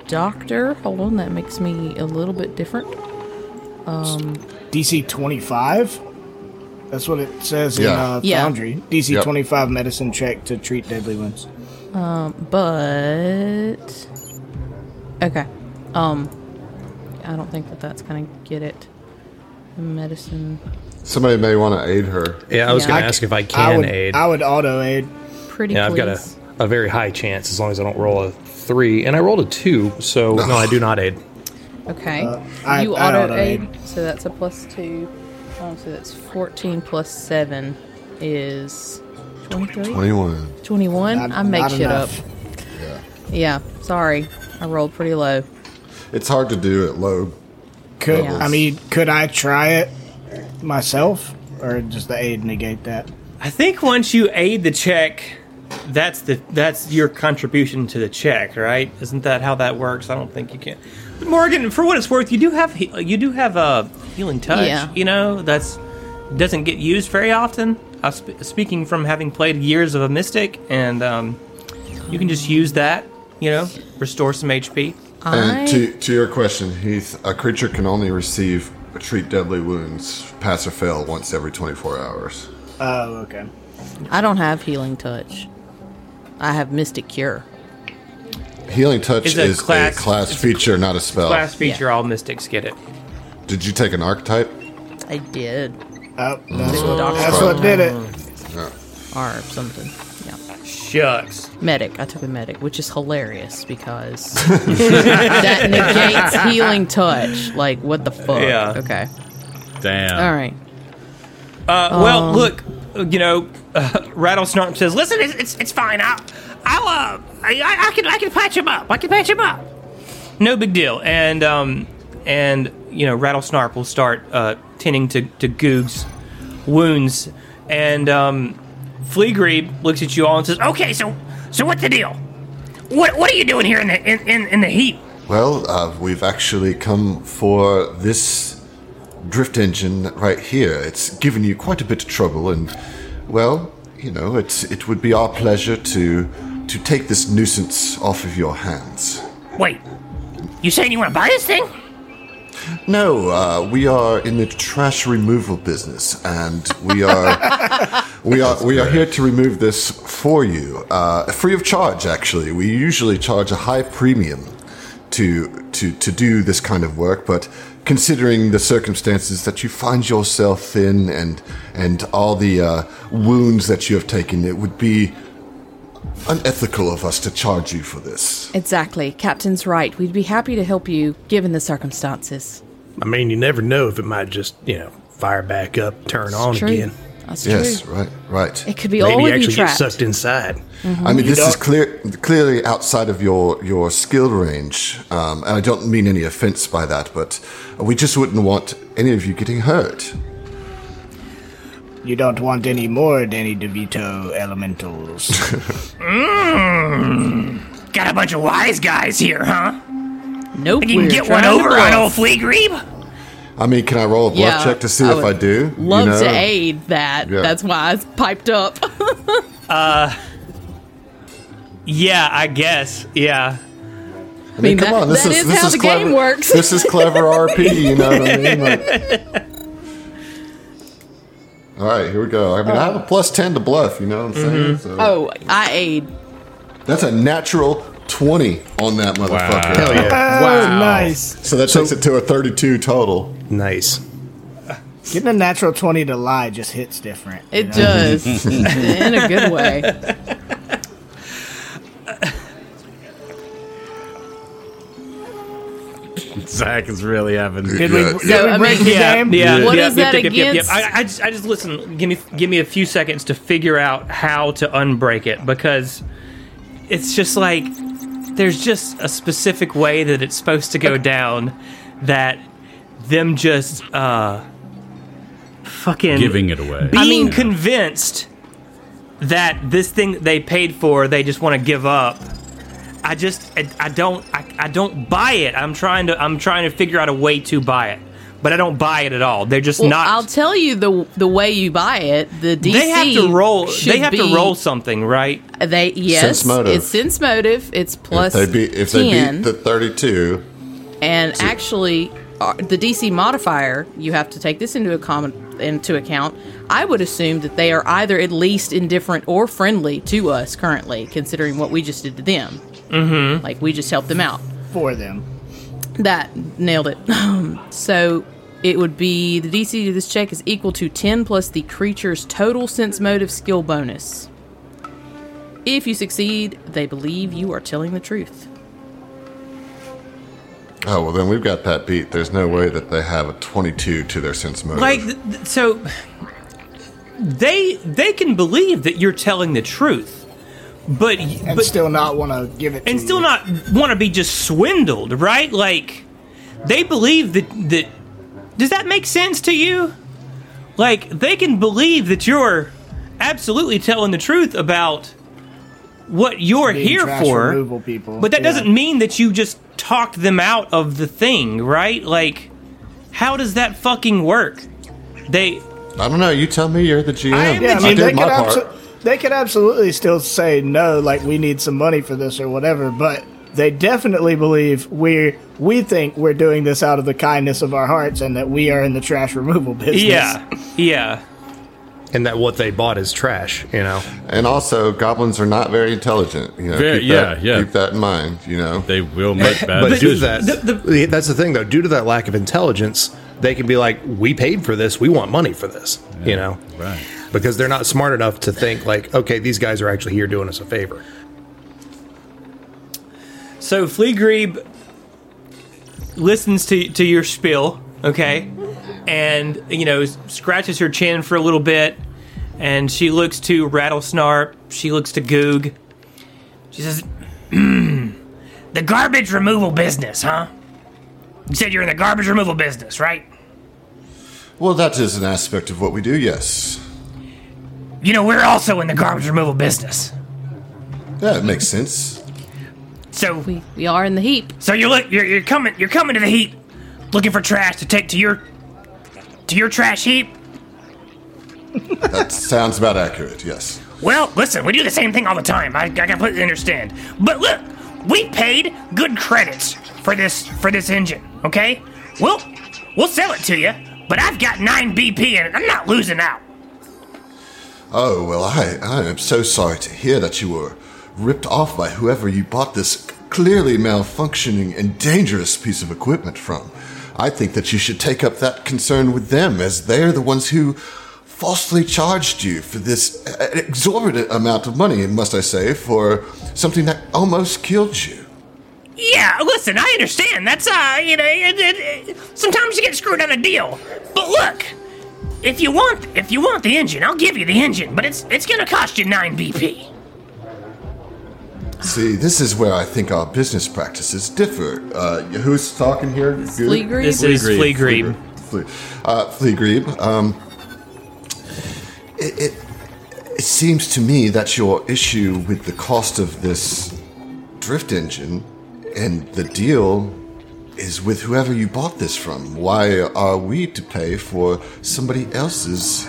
Speaker 5: doctor. Hold on, that makes me a little bit different.
Speaker 7: DC 25? That's what it says
Speaker 3: Yeah.
Speaker 7: in uh,
Speaker 5: Yeah.
Speaker 7: Foundry. DC
Speaker 3: Yep.
Speaker 7: 25 medicine check to treat deadly wounds.
Speaker 5: But okay, um, I don't think that that's gonna get it. Medicine,
Speaker 3: Somebody may want to aid her.
Speaker 6: Yeah, I was
Speaker 5: Yeah.
Speaker 6: going
Speaker 5: I
Speaker 6: to ask if I can
Speaker 7: I would,
Speaker 6: aid.
Speaker 7: I would auto aid.
Speaker 5: pretty
Speaker 6: yeah, I've
Speaker 5: please.
Speaker 6: got a, a very high chance as long as I don't roll a three, and I rolled a two, so no, I do not aid.
Speaker 5: Okay.
Speaker 7: Uh, I-
Speaker 5: you
Speaker 7: I
Speaker 5: auto
Speaker 7: auto-aid.
Speaker 5: aid, so that's a plus two. Um, so that's 14 plus 7 is 23?
Speaker 3: 21.
Speaker 5: 21?
Speaker 7: Not-
Speaker 5: I make
Speaker 7: not
Speaker 5: shit
Speaker 7: enough.
Speaker 5: up. Yeah, sorry. I rolled pretty low.
Speaker 3: It's hard to do at low.
Speaker 7: Could,
Speaker 5: Yeah.
Speaker 7: I mean, could I try it myself? Or does the aid negate that?
Speaker 2: I think once you aid the check, that's the that's your contribution to the check, right? Isn't that how that works? I don't think you can. But Morgan, for what it's worth, you do have he- you do have a healing touch.
Speaker 5: Yeah.
Speaker 2: You know that's doesn't get used very often. I was sp- speaking from having played years of a mystic, and um, you can just use that. You know, restore some HP.
Speaker 3: And to, to your question, Heath, a creature can only receive treat deadly wounds, pass or fail, once every 24 hours.
Speaker 7: Oh, okay.
Speaker 5: I don't have healing touch. I have mystic cure.
Speaker 3: Healing touch
Speaker 2: It's a
Speaker 3: is
Speaker 2: class-
Speaker 3: a class feature, not a spell.
Speaker 2: Class feature, all mystics get it.
Speaker 3: Did you take an archetype?
Speaker 5: I did.
Speaker 7: Oh, that's, what,
Speaker 5: Doctor
Speaker 7: that's what did it.
Speaker 5: or something. Yeah.
Speaker 2: Shucks.
Speaker 5: Medic. I took a medic, which is hilarious because that negates healing touch. Like, what the fuck?
Speaker 2: Yeah.
Speaker 5: Okay.
Speaker 4: Damn.
Speaker 5: All right.
Speaker 2: Uh, well, look, you know, uh, Rattle Snarp says, "Listen,
Speaker 9: Listen, it's, it's, it's fine. I'll, I'll, uh, I, I I can, I can patch him up. I can patch him up.
Speaker 2: no big deal." And um, and you know, Rattle Snarp will start uh, tending to to Goog's wounds, and um, Fleagrebe looks at you all and says, "Oh,
Speaker 9: Okay, so, so what's the deal? What, what are you doing here in the, in, in, in the heat?
Speaker 3: Well, uh, we've actually come for this drift engine right here. It's given you quite a bit of trouble, and well, you know, it's it would be our pleasure to to take this nuisance off of your hands.
Speaker 9: Wait, you saying you want to buy this thing?
Speaker 3: No, uh, we are in the trash removal business, and we are we are we are here to remove this for you, uh, free of charge. Actually, we usually charge a high premium to to to do this kind of work, but considering the circumstances that you find yourself in, and and all the uh, wounds that you have taken, it would be unethical of us to charge you for this.
Speaker 5: Exactly. Captain's right. We'd be happy to help you given the circumstances.
Speaker 6: I mean, you never know if it might just, you know, fire back up, turn on
Speaker 5: True.
Speaker 6: again.
Speaker 5: That's
Speaker 3: Yes,
Speaker 5: true.
Speaker 3: right, right.
Speaker 5: It could be
Speaker 6: Maybe
Speaker 5: all of you
Speaker 6: actually get
Speaker 5: trapped.
Speaker 6: sucked inside.
Speaker 3: I mean, this is clear, clearly outside of your, your skill range, um, and I don't mean any offense by that, but we just wouldn't want any of you getting hurt.
Speaker 7: You don't want any more Danny DeVito elementals. Oh,
Speaker 9: Got a bunch of wise guys here, huh?
Speaker 5: Nope.
Speaker 9: You can
Speaker 5: we're
Speaker 9: get
Speaker 5: trying
Speaker 9: one
Speaker 5: to
Speaker 9: over on
Speaker 5: bluff.
Speaker 9: old Flea Grebe?
Speaker 3: I mean, can I roll a bluff
Speaker 5: Yeah,
Speaker 3: check to see
Speaker 5: I
Speaker 3: if I
Speaker 5: would
Speaker 3: do? You
Speaker 5: Love
Speaker 3: know?
Speaker 5: to aid that.
Speaker 3: Yeah.
Speaker 5: That's why I piped up.
Speaker 2: "Yeah, I guess, yeah."
Speaker 3: I mean,
Speaker 5: mean,
Speaker 3: come
Speaker 5: that-
Speaker 3: on, this
Speaker 5: that
Speaker 3: is,
Speaker 5: is
Speaker 3: this
Speaker 5: how
Speaker 3: is
Speaker 5: the
Speaker 3: clever.
Speaker 5: game works.
Speaker 3: This is clever RP. You know what I mean? Like- all right, here we go. I mean, I have a plus ten to bluff. You know what I'm saying? So
Speaker 5: oh, I aid.
Speaker 3: that's a natural twenty on that motherfucker.
Speaker 6: Hell Oh, yeah.
Speaker 7: wow. Nice.
Speaker 3: So that takes it to a thirty-two total.
Speaker 6: nice.
Speaker 7: Getting a natural 20 to lie just hits different. you
Speaker 5: It
Speaker 7: know?
Speaker 5: does. In a good way.
Speaker 4: Zach is really having.
Speaker 7: Did we,
Speaker 3: Yeah,
Speaker 7: did
Speaker 5: yeah.
Speaker 7: we
Speaker 5: I
Speaker 7: break
Speaker 5: mean,
Speaker 7: the
Speaker 2: yeah,
Speaker 7: game?
Speaker 2: Yeah,
Speaker 5: What
Speaker 2: yeah,
Speaker 5: is
Speaker 2: yep,
Speaker 5: that
Speaker 2: yep, yep, yep.
Speaker 5: against?
Speaker 2: I, I, just, I just listen. Give me, give me a few seconds to figure out how to unbreak it because it's just like there's just a specific way that it's supposed to go down that them just uh fucking
Speaker 8: Giving it away.
Speaker 2: Being
Speaker 5: I mean-
Speaker 2: convinced that this thing that they paid for, they just want to give up. I just, I, I don't, I, I don't buy it. I'm trying to, I'm trying to figure out a way to buy it, but I don't buy it at all. They're just
Speaker 5: Well,
Speaker 2: not.
Speaker 5: I'll tell you the the way you buy it. The DC
Speaker 2: they have to roll.
Speaker 5: should
Speaker 2: They have
Speaker 5: be-
Speaker 2: to roll something, right?
Speaker 5: They yes,
Speaker 3: Sense motive.
Speaker 5: it's sense motive. It's plus
Speaker 3: if they beat if they
Speaker 5: ten,
Speaker 3: beat the 32
Speaker 5: and actually uh, the DC modifier. You have to take this into account. Into account, I would assume that they are either at least indifferent or friendly to us currently, considering what we just did to them. Mm-hmm. Like we just helped them out.
Speaker 7: For them.
Speaker 5: That nailed it. Um, so it would be the DC to this check is equal to 10 plus the creature's total sense motive skill bonus. If you succeed, they believe you are telling the truth.
Speaker 3: oh well then we've got that beat there's no way that they have a 22 to their sense motive
Speaker 2: Like, th- th- so they they can believe that you're telling the truth, but
Speaker 7: And
Speaker 2: but
Speaker 7: still not want to give it to
Speaker 2: and still
Speaker 7: you.
Speaker 2: not want to be just swindled, right? Like they believe that that does that make sense to you? Like they can believe that you're absolutely telling the truth about what you're
Speaker 7: Being
Speaker 2: here
Speaker 7: trash
Speaker 2: for.
Speaker 7: removal people.
Speaker 2: But that
Speaker 7: Yeah.
Speaker 2: doesn't mean that you just talked them out of the thing, right? Like how does that fucking work? They
Speaker 3: i don't know you tell me you're the gm
Speaker 2: I am the
Speaker 7: Yeah, I mean,
Speaker 3: did
Speaker 7: they could,
Speaker 3: my part
Speaker 7: abso- they could absolutely still say no, like we need some money for this or whatever, but They definitely believe we we think we're doing this out of the kindness of our hearts and that we are in the trash removal business.
Speaker 2: Yeah, yeah.
Speaker 6: and that what they bought is trash, you know.
Speaker 3: And also, goblins are not very intelligent. You know,
Speaker 4: Very-
Speaker 3: keep that,
Speaker 4: yeah, yeah.
Speaker 3: Keep that in mind. You know,
Speaker 4: They will make
Speaker 6: Uh,
Speaker 4: bad
Speaker 6: But due to
Speaker 4: decisions.
Speaker 6: that, that's the thing though. Due to that lack of intelligence, they can be like, "We paid for this. We want money for this," you know,
Speaker 4: Right.
Speaker 6: because they're not smart enough to think like, "Okay, these guys are actually here doing us a favor."
Speaker 2: So Fleagrebe listens to to your spiel, okay, and you know s- scratches her chin for a little bit, and she looks to Rattlesnarp. She looks to Goog.
Speaker 9: She says, "Hmm, the garbage removal business, huh? You said you're in the garbage removal business, right?
Speaker 3: well, that is an aspect of what we do. Yes,
Speaker 9: You know, we're also in the garbage removal business.
Speaker 3: yeah, it makes sense.
Speaker 9: So,
Speaker 5: We, we are in the heap.
Speaker 9: so you're look, you're, you're coming, you're coming to the heap, looking for trash to take to your, to your trash heap.
Speaker 3: That sounds about accurate. Yes.
Speaker 9: Well, listen, we do the same thing all the time. I, I completely understand. But look, we paid good credits for this for this engine. Okay, we'll we'll sell it to you. But I've got nine BP and I'm not losing out.
Speaker 3: Oh well, I I am so sorry to hear that you were ripped off by whoever you bought this clearly malfunctioning and dangerous piece of equipment from. I think that you should take up that concern with them, as they're the ones who falsely charged you for this exorbitant amount of money, must I say, for something that almost killed you.
Speaker 9: Yeah, listen, I understand. That's uh, you know, it, it, it- sometimes you get screwed on a deal. But look, if you want if you want the engine, I'll give you the engine. But it's it's gonna cost you nine BP.
Speaker 3: See, this is where I think our business practices differ. Uh, who's talking here? Good?
Speaker 5: Fleagrebe?
Speaker 2: This is Fleagrebe.
Speaker 3: Flea, uh, Flea Grebe. Um, it, it, it seems to me that your issue with the cost of this drift engine and the deal is with whoever you bought this from. Why are we to pay for somebody else's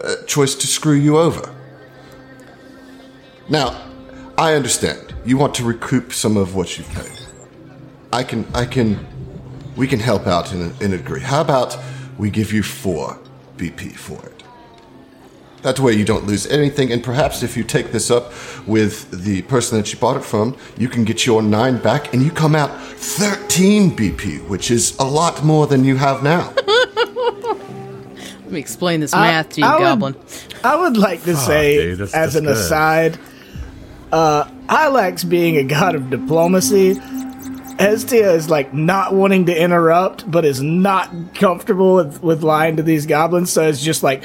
Speaker 3: uh, choice to screw you over? Now, I understand. You want to recoup some of what you've paid. I can, I can we can help out and, and agree. How about we give you four BP for it? That way you don't lose anything, and perhaps if you take this up with the person that you bought it from, you can get your nine back and you come out 13 BP, which is a lot more than you have now.
Speaker 5: Let me explain this
Speaker 7: I-
Speaker 5: math to you,
Speaker 7: I would-
Speaker 5: Goblin.
Speaker 7: I would like to say,
Speaker 4: dude, that's-
Speaker 7: as
Speaker 4: that's
Speaker 7: an
Speaker 4: good.
Speaker 7: aside, uh, Hylax being a god of diplomacy, Hestia is like not wanting to interrupt, but is not comfortable with, with lying to these goblins, so it's just like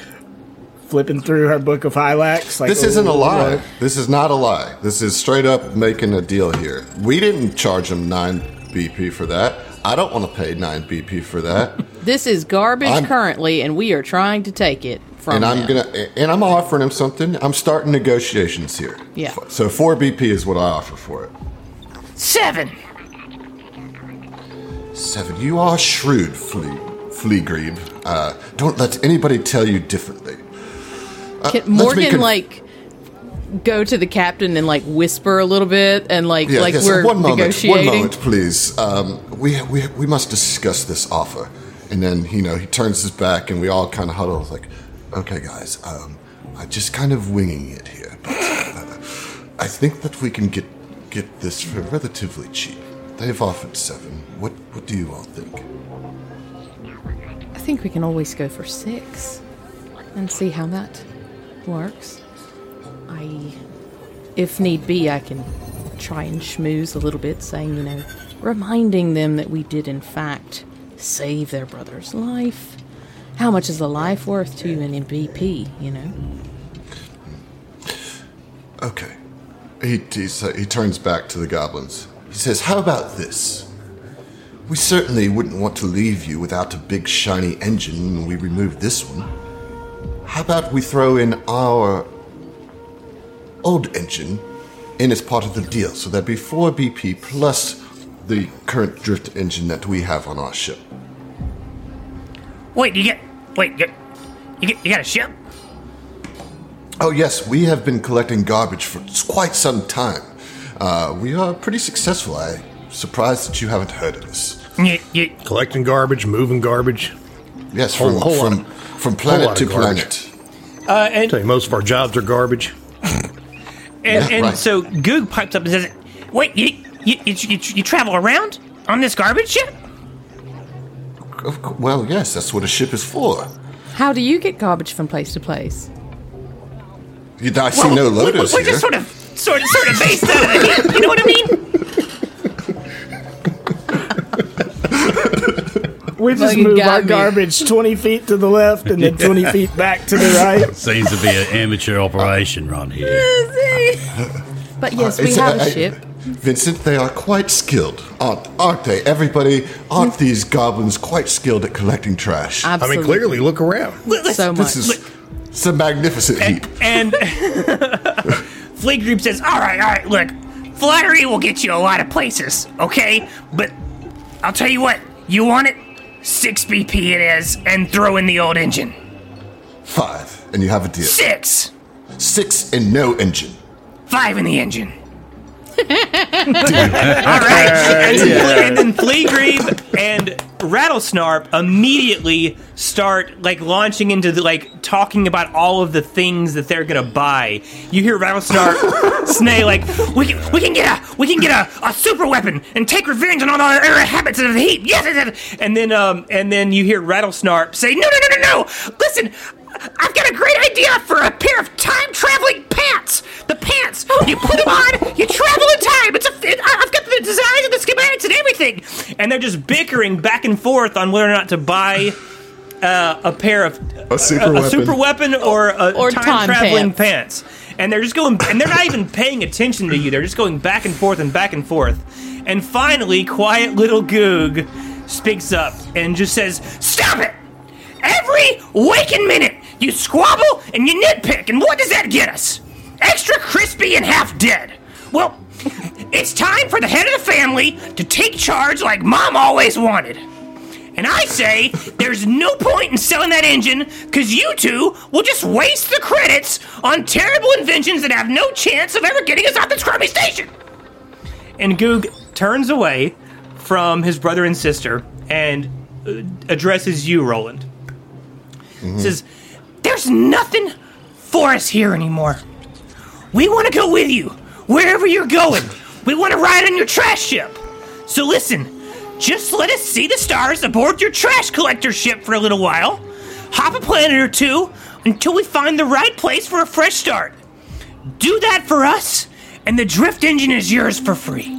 Speaker 7: flipping through her book of Hylax. Like, oh,
Speaker 3: This isn't a
Speaker 7: "Ooh,
Speaker 3: lie.
Speaker 7: what?"
Speaker 3: This is not a lie. This is straight up making a deal here. We didn't charge him nine BP for that. I don't want to pay nine BP for that.
Speaker 5: This is garbage
Speaker 3: I'm-
Speaker 5: currently, and we are trying to take it from
Speaker 3: and I'm
Speaker 5: them.
Speaker 3: gonna and I'm offering him something. I'm starting negotiations here.
Speaker 5: Yeah.
Speaker 3: So four BP is what I offer for it.
Speaker 9: Seven.
Speaker 3: Seven. You are shrewd, Flea Fleagrebe. Uh, don't let anybody tell you differently. Uh,
Speaker 5: Can
Speaker 3: me
Speaker 5: Morgan
Speaker 3: con-
Speaker 5: like go to the captain and like whisper a little bit and like
Speaker 3: Yeah,
Speaker 5: like
Speaker 3: yes,
Speaker 5: we're
Speaker 3: one moment. One
Speaker 5: negotiating?
Speaker 3: moment, please. Um, we, we we must discuss this offer. And then you know he turns his back, and we all kind of huddle. It's Like, okay, guys, um, I'm just kind of winging it here. But, uh, I think that we can get get this for relatively cheap. They've offered seven. What what do you all think?
Speaker 5: I think we can always go for six and see how that works. I, if need be, I can try and schmooze a little bit, saying, you know, reminding them that we did, in fact, save their brother's life. How much is the life worth to you in in BP, you know?
Speaker 3: Okay. He, he, sa- he turns back to the goblins. He says, How about this? We certainly wouldn't want to leave you without a big shiny engine when we remove this one. How about we throw in our old engine in as part of the deal? So that'd be 4 BP plus the current drift engine that we have on our ship.
Speaker 9: Wait, you get wait, you, you get you got a ship?
Speaker 3: Oh, yes, we have been collecting garbage for s- quite some time. Uh, we are pretty successful. I'm surprised that you haven't heard of us.
Speaker 9: Yeah, yeah.
Speaker 6: Collecting garbage, moving garbage.
Speaker 3: Yes,
Speaker 6: Whole-
Speaker 3: from
Speaker 6: whole lot
Speaker 3: from,
Speaker 6: of-
Speaker 3: from
Speaker 6: whole
Speaker 3: planet
Speaker 6: lot
Speaker 3: to
Speaker 6: of garbage.
Speaker 3: planet.
Speaker 2: Uh, and
Speaker 6: Tell you, most of our jobs are garbage.
Speaker 9: And,
Speaker 3: Yeah,
Speaker 9: and
Speaker 3: right.
Speaker 9: so Goog pipes up and says, "Wait, you you, you, you you travel around on this garbage ship?
Speaker 3: Of cou- Well, yes, that's what a ship is for.
Speaker 5: How do you get garbage from place to place?
Speaker 3: You, I see no
Speaker 9: we,
Speaker 3: loaders
Speaker 9: are
Speaker 3: here.
Speaker 9: just sort of sort of sort of based out of it. You know what I mean?
Speaker 7: We just
Speaker 5: Fucking
Speaker 7: move
Speaker 5: got
Speaker 7: our
Speaker 5: me.
Speaker 7: garbage 20 feet to the left and then 20 feet back to the right.
Speaker 4: Seems to be an amateur operation right here.
Speaker 5: But yes, we
Speaker 3: Uh, It's-
Speaker 5: have
Speaker 3: I-
Speaker 5: a
Speaker 3: I-
Speaker 5: ship.
Speaker 3: Vincent, they are quite skilled, aren't, aren't they? Everybody, aren't these goblins quite skilled at collecting trash? Uh,
Speaker 6: I
Speaker 5: Mm. Absolutely.
Speaker 6: mean, clearly, look around.
Speaker 5: so much.
Speaker 3: this is it's a magnificent heap.
Speaker 9: And Fleet Group says, "All right, all right, look, flattery will get you a lot of places, okay? But I'll tell you what, you want it, six BP it is, and throw in the old engine.
Speaker 3: Five, and you have a deal.
Speaker 9: Six,
Speaker 3: Six and no engine.
Speaker 9: five in the engine." all right,
Speaker 2: and then Fleagreve and Rattlesnarp immediately start like launching into the, like talking about all of the things that they're gonna buy. You hear Rattlesnarp Snay like,
Speaker 9: We can, we can get a we can get a, a super weapon and take revenge on all our, our habits of the heap. Yes, yes, yes.
Speaker 2: and then um and then you hear Rattlesnarp say, no no no no no.
Speaker 9: Listen, I've got a great idea for a pair of time traveling pants. The pants you put them on, you travel in time. It's a it, I- I've got the designs and the schematics and everything.
Speaker 2: And they're just bickering back and forth on whether or not to buy. Uh, a pair of
Speaker 3: A super
Speaker 2: a super weapon or a
Speaker 5: Or
Speaker 2: time,
Speaker 5: time
Speaker 2: traveling pants. And they're just going, and they're not even paying attention to you. They're just going back and forth and back and forth. And finally, quiet little Goog speaks up and just says,
Speaker 9: Stop it! Every waking minute, you squabble and you nitpick, and what does that get us? Extra crispy and half dead. Well, it's time for the head of the family to take charge like mom always wanted. And I say there's no point in selling that engine because you two will just waste the credits on terrible inventions that have no chance of ever getting us off this crummy station.
Speaker 2: and Goog turns away from his brother and sister and uh, addresses you, Roland.
Speaker 9: says, There's nothing for us here anymore. We want to go with you, wherever you're going. We want to ride on your trash ship. So listen, just let us see the stars aboard your trash collector ship for a little while. Hop a planet or two until we find the right place for a fresh start. Do that for us, and the drift engine is yours for free.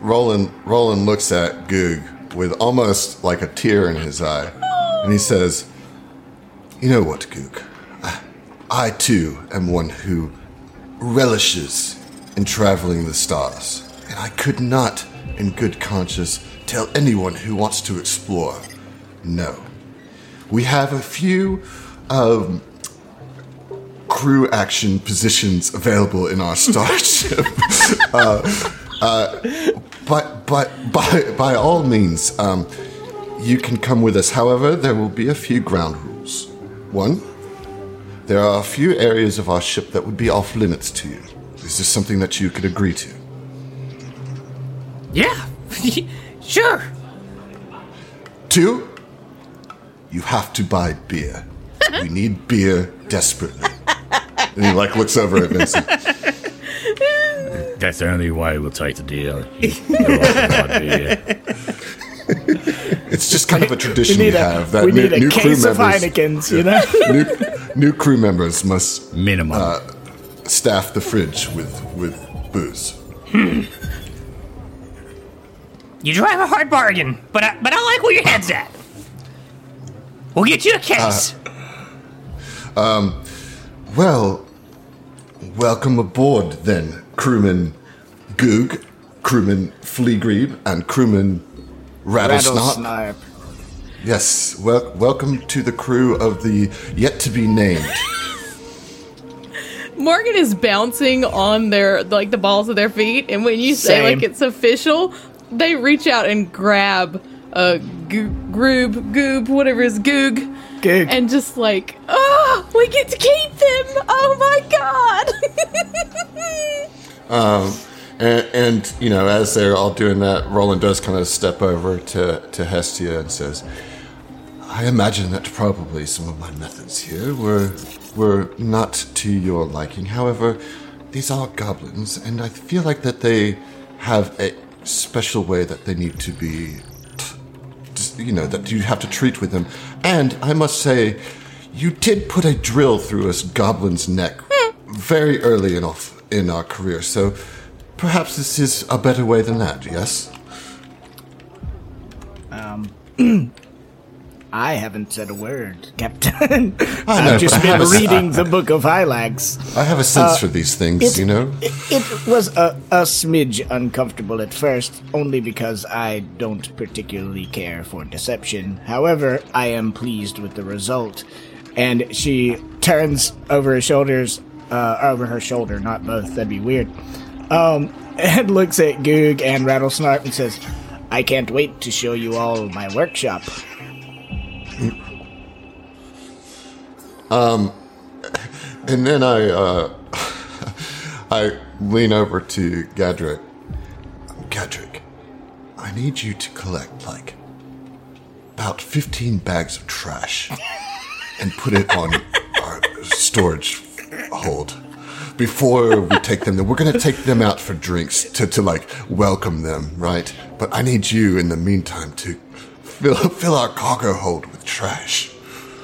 Speaker 3: Roland Roland looks at Goog with almost like a tear in his eye, and he says, "You know what, Goog? I, I too am one who relishes in traveling the stars, and I could not, in good conscience, tell anyone who wants to explore. No, we have a few." Um, crew action positions available in our starship but but by by all means, um, you can come with us. However, there will be a few ground rules. One, there are a few areas of our ship that would be off limits to you. Is this something that you could agree to?
Speaker 9: Yeah, sure.
Speaker 3: Two, you have to buy beer. we need beer desperately. and he like looks over at Vincent.
Speaker 4: That's the only way we'll take the deal. You know, I'd be, uh,
Speaker 3: It's just kind of a
Speaker 7: We
Speaker 3: tradition we,
Speaker 7: need a,
Speaker 3: have that
Speaker 7: we
Speaker 3: new,
Speaker 7: need a
Speaker 3: new crew
Speaker 7: case of
Speaker 3: members,
Speaker 7: Heineken's, you know?
Speaker 3: new, new crew members must
Speaker 4: Minimum.
Speaker 6: Uh,
Speaker 3: staff the fridge with with booze.
Speaker 9: You drive a hard bargain, but I, but I like where your head's at. We'll get you a case.
Speaker 3: Well, welcome aboard then, crewman Goog, crewman Fleagrebe, and crewman Rattlesnot.
Speaker 7: Rattlesnipe.
Speaker 3: Yes, wel- welcome to the crew of the yet to be named.
Speaker 5: Morgan is bouncing on their like the balls of their feet, and when you say
Speaker 7: Same.
Speaker 5: like it's official, they reach out and grab a goo- groob, goob, whatever is goog,
Speaker 7: Goog.
Speaker 5: and just like, oh, we get to keep them. Oh my god!
Speaker 3: Um, and, and you know, as they're all doing that, Roland does kind of step over to to Hestia and says, "I imagine that probably some of my methods here were were not to your liking. However, these are goblins, and I feel like that they have a special way that they need to be just, you know, that you have to treat with them. And I must say, you did put a drill through a goblin's neck very early in our, in our career, so perhaps this is a better way than that, yes?
Speaker 7: I haven't said a word, Captain.
Speaker 3: I know,
Speaker 7: I've just
Speaker 3: but I
Speaker 7: been
Speaker 3: have a-
Speaker 7: reading the Book of Hylax.
Speaker 3: I have a sense
Speaker 7: Uh,
Speaker 3: for these things,
Speaker 7: it's-
Speaker 3: you know?
Speaker 7: It, it was a, a smidge uncomfortable at first, only because I don't particularly care for deception. However, I am pleased with the result. And she turns over her shoulders, uh, over her shoulder, not both, that'd be weird. Um, and looks at Goog and Rattlesnark and says, I can't wait to show you all my workshop.
Speaker 3: And then I, uh, I lean over to Gadrick. Gadrick, I need you to collect like about fifteen bags of trash and put it on our storage hold before we take them. We're gonna take them out for drinks to, to like welcome them, right? But I need you in the meantime to fill fill our cargo hold with trash.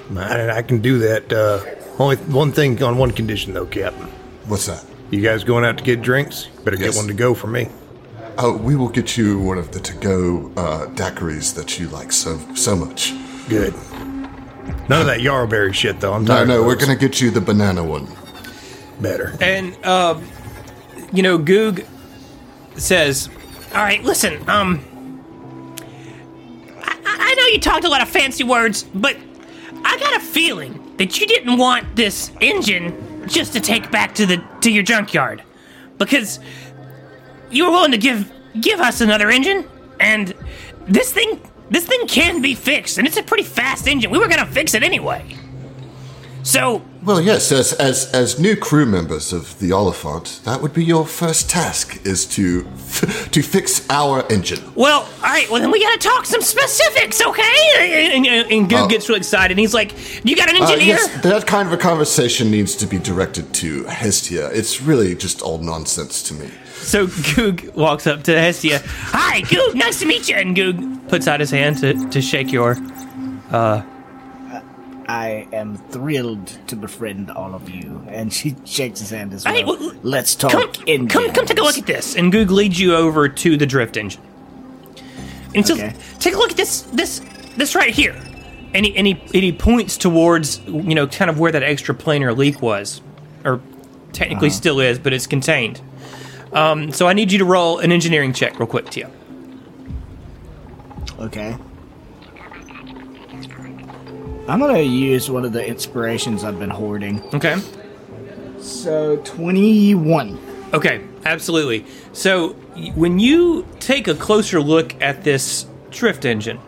Speaker 6: Man, I can do that. Uh, only one thing on one condition, though, Captain.
Speaker 3: What's that?
Speaker 6: You guys going out to get drinks? Better
Speaker 3: Yes.
Speaker 6: get one to go for me.
Speaker 3: Oh, we will get you one of the to-go uh, daiquiris that you like so so much.
Speaker 6: Good. None of that yarrowberry shit, though. I'm
Speaker 3: No,
Speaker 6: tired.
Speaker 3: no,
Speaker 6: of
Speaker 3: we're
Speaker 6: those.
Speaker 3: gonna get you the banana one.
Speaker 6: better.
Speaker 2: And uh, you know, Goog says,
Speaker 9: All right, listen. Um, I- I, I know you talked a lot of fancy words, but I got a feeling that you didn't want this engine just to take back to the to your junkyard, because you were willing to give give us another engine, and this thing this thing can be fixed, and it's a pretty fast engine. We were gonna fix it anyway, so
Speaker 3: Well, yes, as as as new crew members of the Oliphant, that would be your first task is to to fix our engine.
Speaker 9: Well, all right. Well, then we gotta talk some specifics, okay?
Speaker 2: and, and, and Goog
Speaker 3: Oh.
Speaker 2: gets real excited, and he's like,
Speaker 9: You got an
Speaker 3: Uh,
Speaker 9: engineer?
Speaker 3: yes, that kind of a conversation needs to be directed to Hestia. It's really just all nonsense to me.
Speaker 2: So Goog walks up to Hestia.
Speaker 9: Hi, Goog. Nice to meet you. And Goog.
Speaker 2: puts out his hand to, to shake your.
Speaker 7: I am thrilled to befriend all of you. And she shakes his hand as well.
Speaker 9: Hey, well,
Speaker 7: Let's talk
Speaker 9: Come,
Speaker 7: engines.
Speaker 9: come, come, take a look at this.
Speaker 2: And Goog leads you over to the drift engine.
Speaker 9: And so,
Speaker 7: Okay.
Speaker 9: take a look at this, this, this right here.
Speaker 2: And he, and, he, and he points towards, you know, kind of where that extra planar leak was, or technically still is, but it's contained. Um, so I need you to roll an engineering check real quick, Tia.
Speaker 7: Okay. I'm gonna use one of the inspirations I've been hoarding.
Speaker 2: Okay.
Speaker 7: So twenty-one.
Speaker 2: Okay, absolutely. So y- when you take a closer look at this drift engine,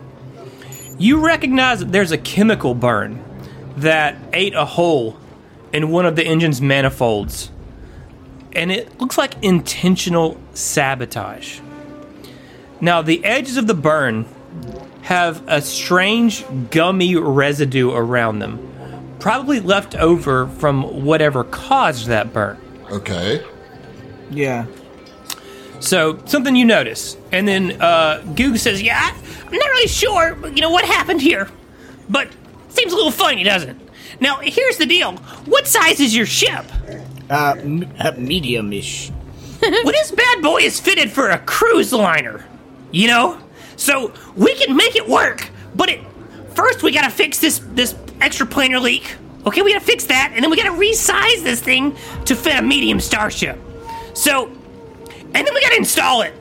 Speaker 2: you recognize that there's a chemical burn that ate a hole in one of the engine's manifolds. And it looks like intentional sabotage. Now, the edges of the burn have a strange gummy residue around them, probably left over from whatever caused that burn.
Speaker 3: Okay.
Speaker 7: Yeah.
Speaker 2: So something you notice, and then uh, Goog says,
Speaker 9: Yeah, I- I'm not really sure, you know, what happened here, but seems a little funny, doesn't it? Now, here's the deal. What size is your ship?
Speaker 7: Uh, m- uh, medium-ish.
Speaker 9: well, this bad boy is fitted for a cruise liner, you know. So we can make it work, but it first we gotta fix this this extra planar leak. Okay, we gotta fix that, and then we gotta resize this thing to fit a medium starship. So, and then we gotta install it.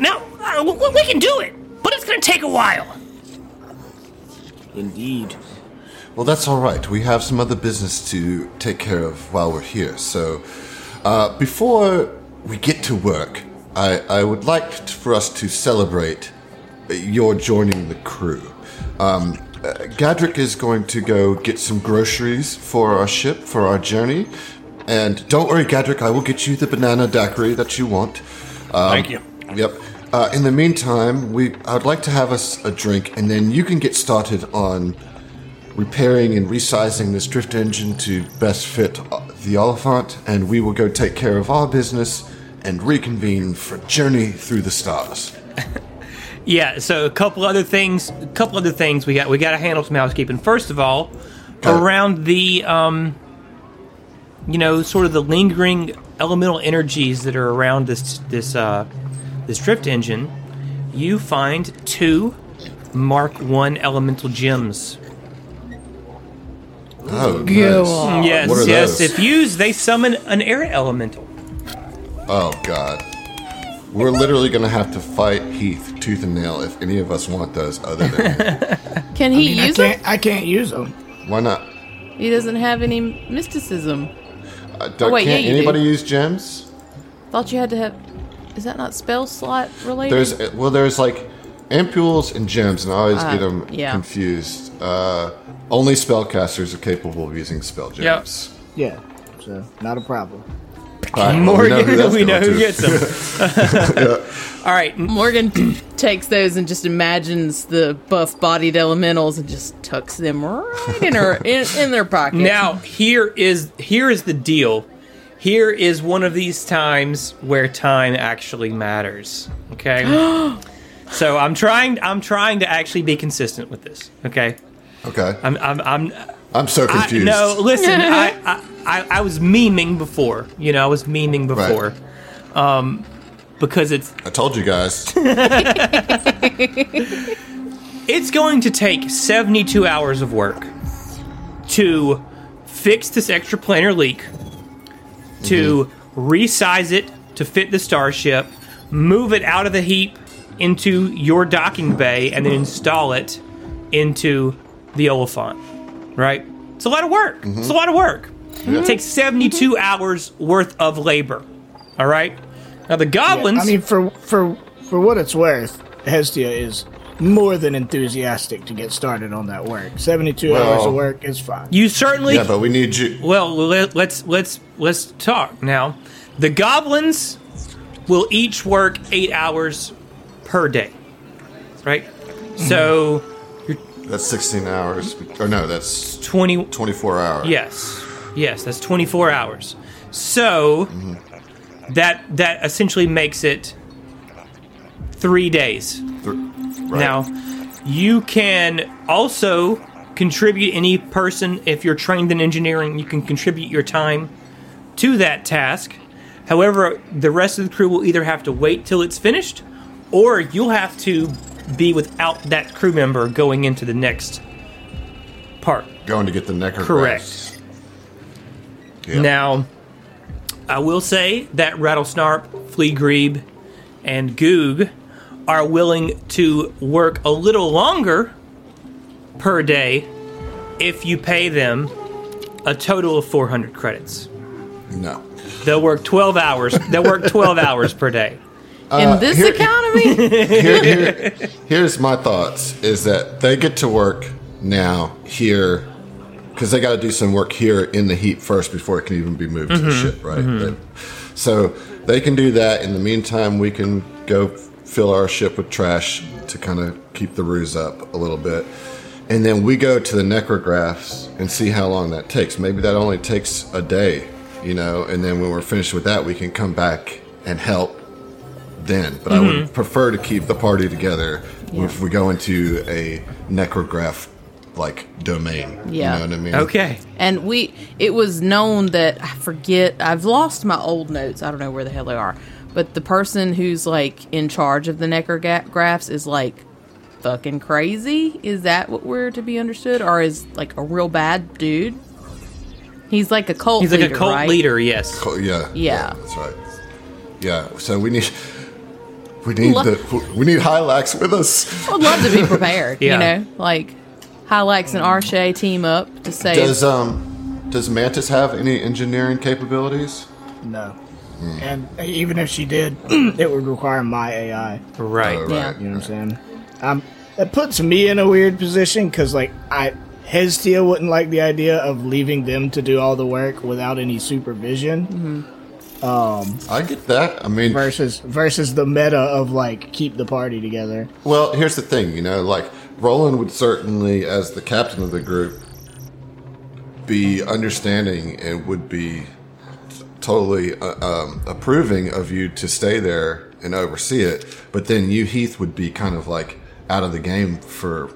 Speaker 9: Now uh, we, we can do it, but it's gonna take a while.
Speaker 7: Indeed.
Speaker 3: Well, that's all right. We have some other business to take care of while we're here. So, uh, before we get to work, I, I would like t- for us to celebrate your joining the crew. Um, uh, Gadrick is going to go get some groceries for our ship for our journey. And don't worry, Gadrick, I will get you the banana daiquiri that you want. Um,
Speaker 4: Thank you.
Speaker 3: Yep. Uh, in the meantime, we I'd like to have us a drink, and then you can get started on repairing and resizing this drift engine to best fit uh, the Oliphant, and we will go take care of our business and reconvene for Journey Through the Stars.
Speaker 2: Yeah, so a couple other things, a couple other things we got we got to handle some housekeeping. First of all,
Speaker 3: Okay.
Speaker 2: around the um you know, sort of the lingering elemental energies that are around this this uh this drift engine, you find two Mark 1 elemental gems.
Speaker 3: Oh,
Speaker 5: Go
Speaker 3: nice.
Speaker 5: on.
Speaker 2: yes,
Speaker 3: what are
Speaker 2: yes,
Speaker 3: those?
Speaker 2: if used, they summon an air elemental.
Speaker 3: Oh God, we're literally gonna have to fight Heath tooth and nail if any of us want those. Other than him.
Speaker 5: Can he
Speaker 7: I
Speaker 5: use them?
Speaker 7: can't. I can't use them.
Speaker 3: why not?
Speaker 5: He doesn't have any mysticism.
Speaker 3: Uh, don't,
Speaker 5: Oh, wait, yeah,
Speaker 3: can't
Speaker 5: you
Speaker 3: anybody
Speaker 5: do.
Speaker 3: use gems?
Speaker 5: Thought you had to have. Is that not spell slot related?
Speaker 3: There's uh, well, there's like ampules and gems, and I always get 'em get them
Speaker 5: yeah.
Speaker 3: confused. Uh, only spellcasters are capable of using spell gems.
Speaker 7: Yeah. So not a problem.
Speaker 3: All right, well, we know
Speaker 2: Morgan,
Speaker 3: who, that's
Speaker 2: we know
Speaker 3: going
Speaker 2: who
Speaker 3: to.
Speaker 2: gets them. All right,
Speaker 5: Morgan t- takes those and just imagines the buff-bodied elementals and just tucks them right in her in, in their pocket.
Speaker 2: Now here is here is the deal. Here is one of these times where time actually matters. Okay. so I'm trying I'm trying to actually be consistent with this. Okay.
Speaker 3: Okay, I'm,
Speaker 2: I'm I'm I'm
Speaker 3: so
Speaker 2: I,
Speaker 3: confused.
Speaker 2: no, listen, I, I, I I was memeing before. You know, I was memeing before. Um because it's
Speaker 3: I told you guys.
Speaker 2: It's going to take 72 hours of work to fix this extraplanar leak, to
Speaker 7: Mm-hmm.
Speaker 2: resize it to fit the starship, move it out of the heap into your docking bay, and then install it into the Oliphant. Right? It's a lot of work.
Speaker 7: Mm-hmm.
Speaker 2: It's a lot of work. It takes 72 hours worth of labor. All right? Now, the goblins.
Speaker 7: I mean, for for for what it's worth, Hestia is more than enthusiastic to get started on that work. Seventy-two hours
Speaker 3: Well-
Speaker 7: of work is fine.
Speaker 2: you certainly
Speaker 3: yeah, but we need you.
Speaker 2: Well, let, let's let's let's talk now. The goblins will each work eight hours per day, right? So
Speaker 3: That's 16 hours, or no, that's
Speaker 2: twenty.
Speaker 3: 24 hours.
Speaker 2: Yes, yes, that's twenty-four hours. So that that essentially makes it three days.
Speaker 3: Thr- right.
Speaker 2: Now, you can also contribute any person if you're trained in engineering, you can contribute your time to that task. However, the rest of the crew will either have to wait till it's finished or you'll have to be without that crew member going into the next part.
Speaker 3: going to get the necker.
Speaker 2: Correct.
Speaker 3: grass.
Speaker 2: Now, I will say that Rattlesnarp, Flea Grebe, and Goog are willing to work a little longer per day if you pay them a total of 400 credits.
Speaker 3: No.
Speaker 2: They'll work 12 hours. They'll work 12 hours per day.
Speaker 5: in this
Speaker 3: here-
Speaker 5: economy,
Speaker 3: Here, here- here's my thoughts: is that they get to work now here because they got to do some work here in the heat first before it can even be moved to the ship, right? They- so they can do that. In the meantime, we can go fill our ship with trash to kind of keep the ruse up a little bit. And then we go to the necrographs and see how long that takes. Maybe that only takes a day, you know, and then when we're finished with that, we can come back and help then, but I would prefer to keep the party together if we go into a necrograph like domain.
Speaker 5: Yeah.
Speaker 3: You know what I mean?
Speaker 2: Okay.
Speaker 5: and we it was known that I forget. I've lost my old notes. I don't know where the hell they are. But the person who's like in charge of the necker ga- graphs is like fucking crazy. Is that what we're to be understood, or is like a real bad dude? He's like a cult.
Speaker 2: He's like
Speaker 5: leader,
Speaker 2: a cult
Speaker 5: right?
Speaker 2: leader, yes.
Speaker 3: Co- oh, yeah, yeah.
Speaker 5: Yeah.
Speaker 3: That's right. Yeah. So we need we need
Speaker 5: Lo-
Speaker 3: the we need Hylax with us.
Speaker 5: I'd love to be prepared.
Speaker 2: Yeah.
Speaker 5: You know, like Hylax and Arshay team up to save.
Speaker 3: Does um does Mantis have any engineering capabilities?
Speaker 7: No. And even if she did, it would require my AI.
Speaker 2: Right.
Speaker 3: Oh,
Speaker 5: yeah.
Speaker 3: right.
Speaker 7: You know what I'm saying? Um, it puts me in a weird position because, like, I Hestia wouldn't like the idea of leaving them to do all the work without any supervision.
Speaker 2: Mm-hmm.
Speaker 3: I get that. I mean,
Speaker 7: Versus versus the meta of like keep the party together.
Speaker 3: Well, here's the thing, you know, like Roland would certainly, as the captain of the group, be understanding and would be t- totally uh, um, approving of you to stay there and oversee it. But then you, Heath, would be kind of like out of the game for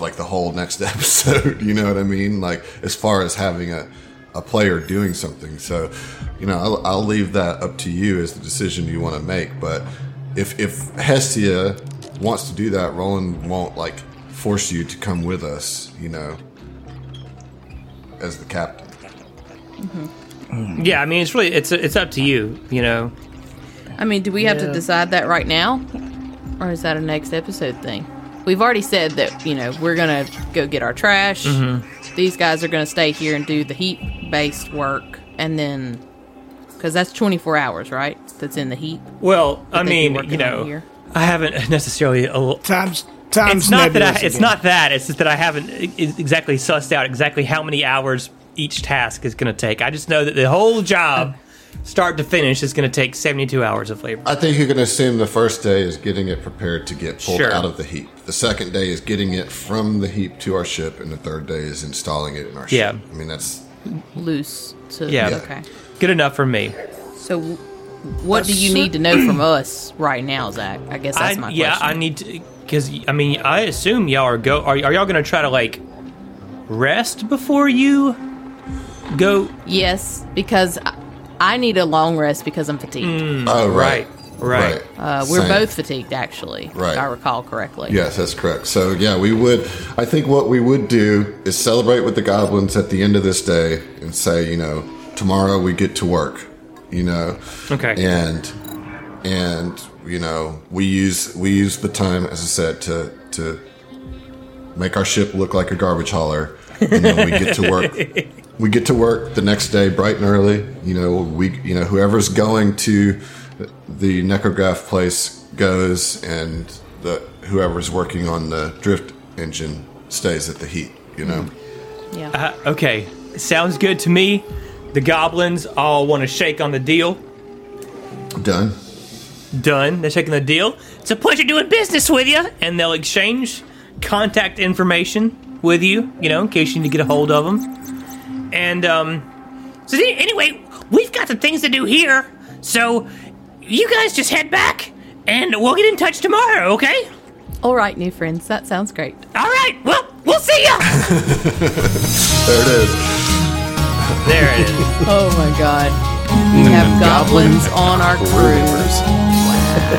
Speaker 3: like the whole next episode. You know what I mean? Like as far as having a a player doing something. So, you know, I'll, I'll leave that up to you as the decision you want to make. But if if Hestia wants to do that, Roland won't like force you to come with us. You know, as the captain.
Speaker 2: Yeah, I mean, it's really it's it's up to you. You know,
Speaker 5: I mean, do we have to decide that right now? Or is that a next episode thing? We've already said that, you know, we're going to go get our trash.
Speaker 2: Mm-hmm.
Speaker 5: These guys are going to stay here and do the heat based work. And then, because that's 24 hours, right? That's in the heat.
Speaker 2: Well, I
Speaker 5: they be
Speaker 2: mean,
Speaker 5: working
Speaker 2: you
Speaker 5: on
Speaker 2: know,
Speaker 5: here.
Speaker 2: I haven't necessarily. al-
Speaker 7: Times times
Speaker 2: it's not that I,
Speaker 7: nebulous
Speaker 2: it's
Speaker 7: again.
Speaker 2: not that. It's just that I haven't e- exactly sussed out exactly how many hours each task is going to take. I just know that the whole job, start to finish, is going to take seventy-two hours of labor.
Speaker 3: I think you can assume the first day is getting it prepared to get pulled
Speaker 2: Sure.
Speaker 3: out of the heap. The second day is getting it from the heap to our ship, and the third day is installing it in our
Speaker 2: Yeah.
Speaker 3: ship. I mean, that's
Speaker 5: Loose. To,
Speaker 2: Yeah. Yeah.
Speaker 5: Okay.
Speaker 2: Good enough for me.
Speaker 5: So, w- what do you need to know from us right now, Zach? I guess that's my
Speaker 2: I, yeah,
Speaker 5: question.
Speaker 2: I need to because I mean I assume y'all are go are, are y'all going to try to like rest before you go
Speaker 5: yes, because I, I need a long rest because I'm fatigued.
Speaker 3: oh right,
Speaker 2: right.
Speaker 5: Uh, we're
Speaker 3: Same.
Speaker 5: both fatigued, actually,
Speaker 3: Right.
Speaker 5: if I recall correctly.
Speaker 3: Yes, that's correct. So yeah, we would. I think what we would do is celebrate with the goblins at the end of this day and say, you know, tomorrow we get to work. You know.
Speaker 2: Okay.
Speaker 3: And and you know we use we use the time as I said to to make our ship look like a garbage hauler, and then we get to work. We get to work the next day, bright and early. You know, we you know whoever's going to the necrograph place goes, and the whoever's working on the drift engine stays at the heat. You know,
Speaker 5: Yeah.
Speaker 2: Uh, okay, sounds good to me. The goblins all want to shake on the deal.
Speaker 3: done.
Speaker 2: Done. They're shaking the deal. It's a pleasure doing business with you, and they'll exchange contact information with you. You know, in case you need to get a hold of them. And um,
Speaker 9: So the- anyway, we've got some things to do here, so you guys just head back, and we'll get in touch tomorrow, okay?
Speaker 5: All right, new friends. That sounds great.
Speaker 9: All right. Well, we'll see ya.
Speaker 3: There
Speaker 2: there it
Speaker 3: it is.
Speaker 2: is.
Speaker 5: Oh my god. We
Speaker 3: Mm,
Speaker 5: have goblins on our crew.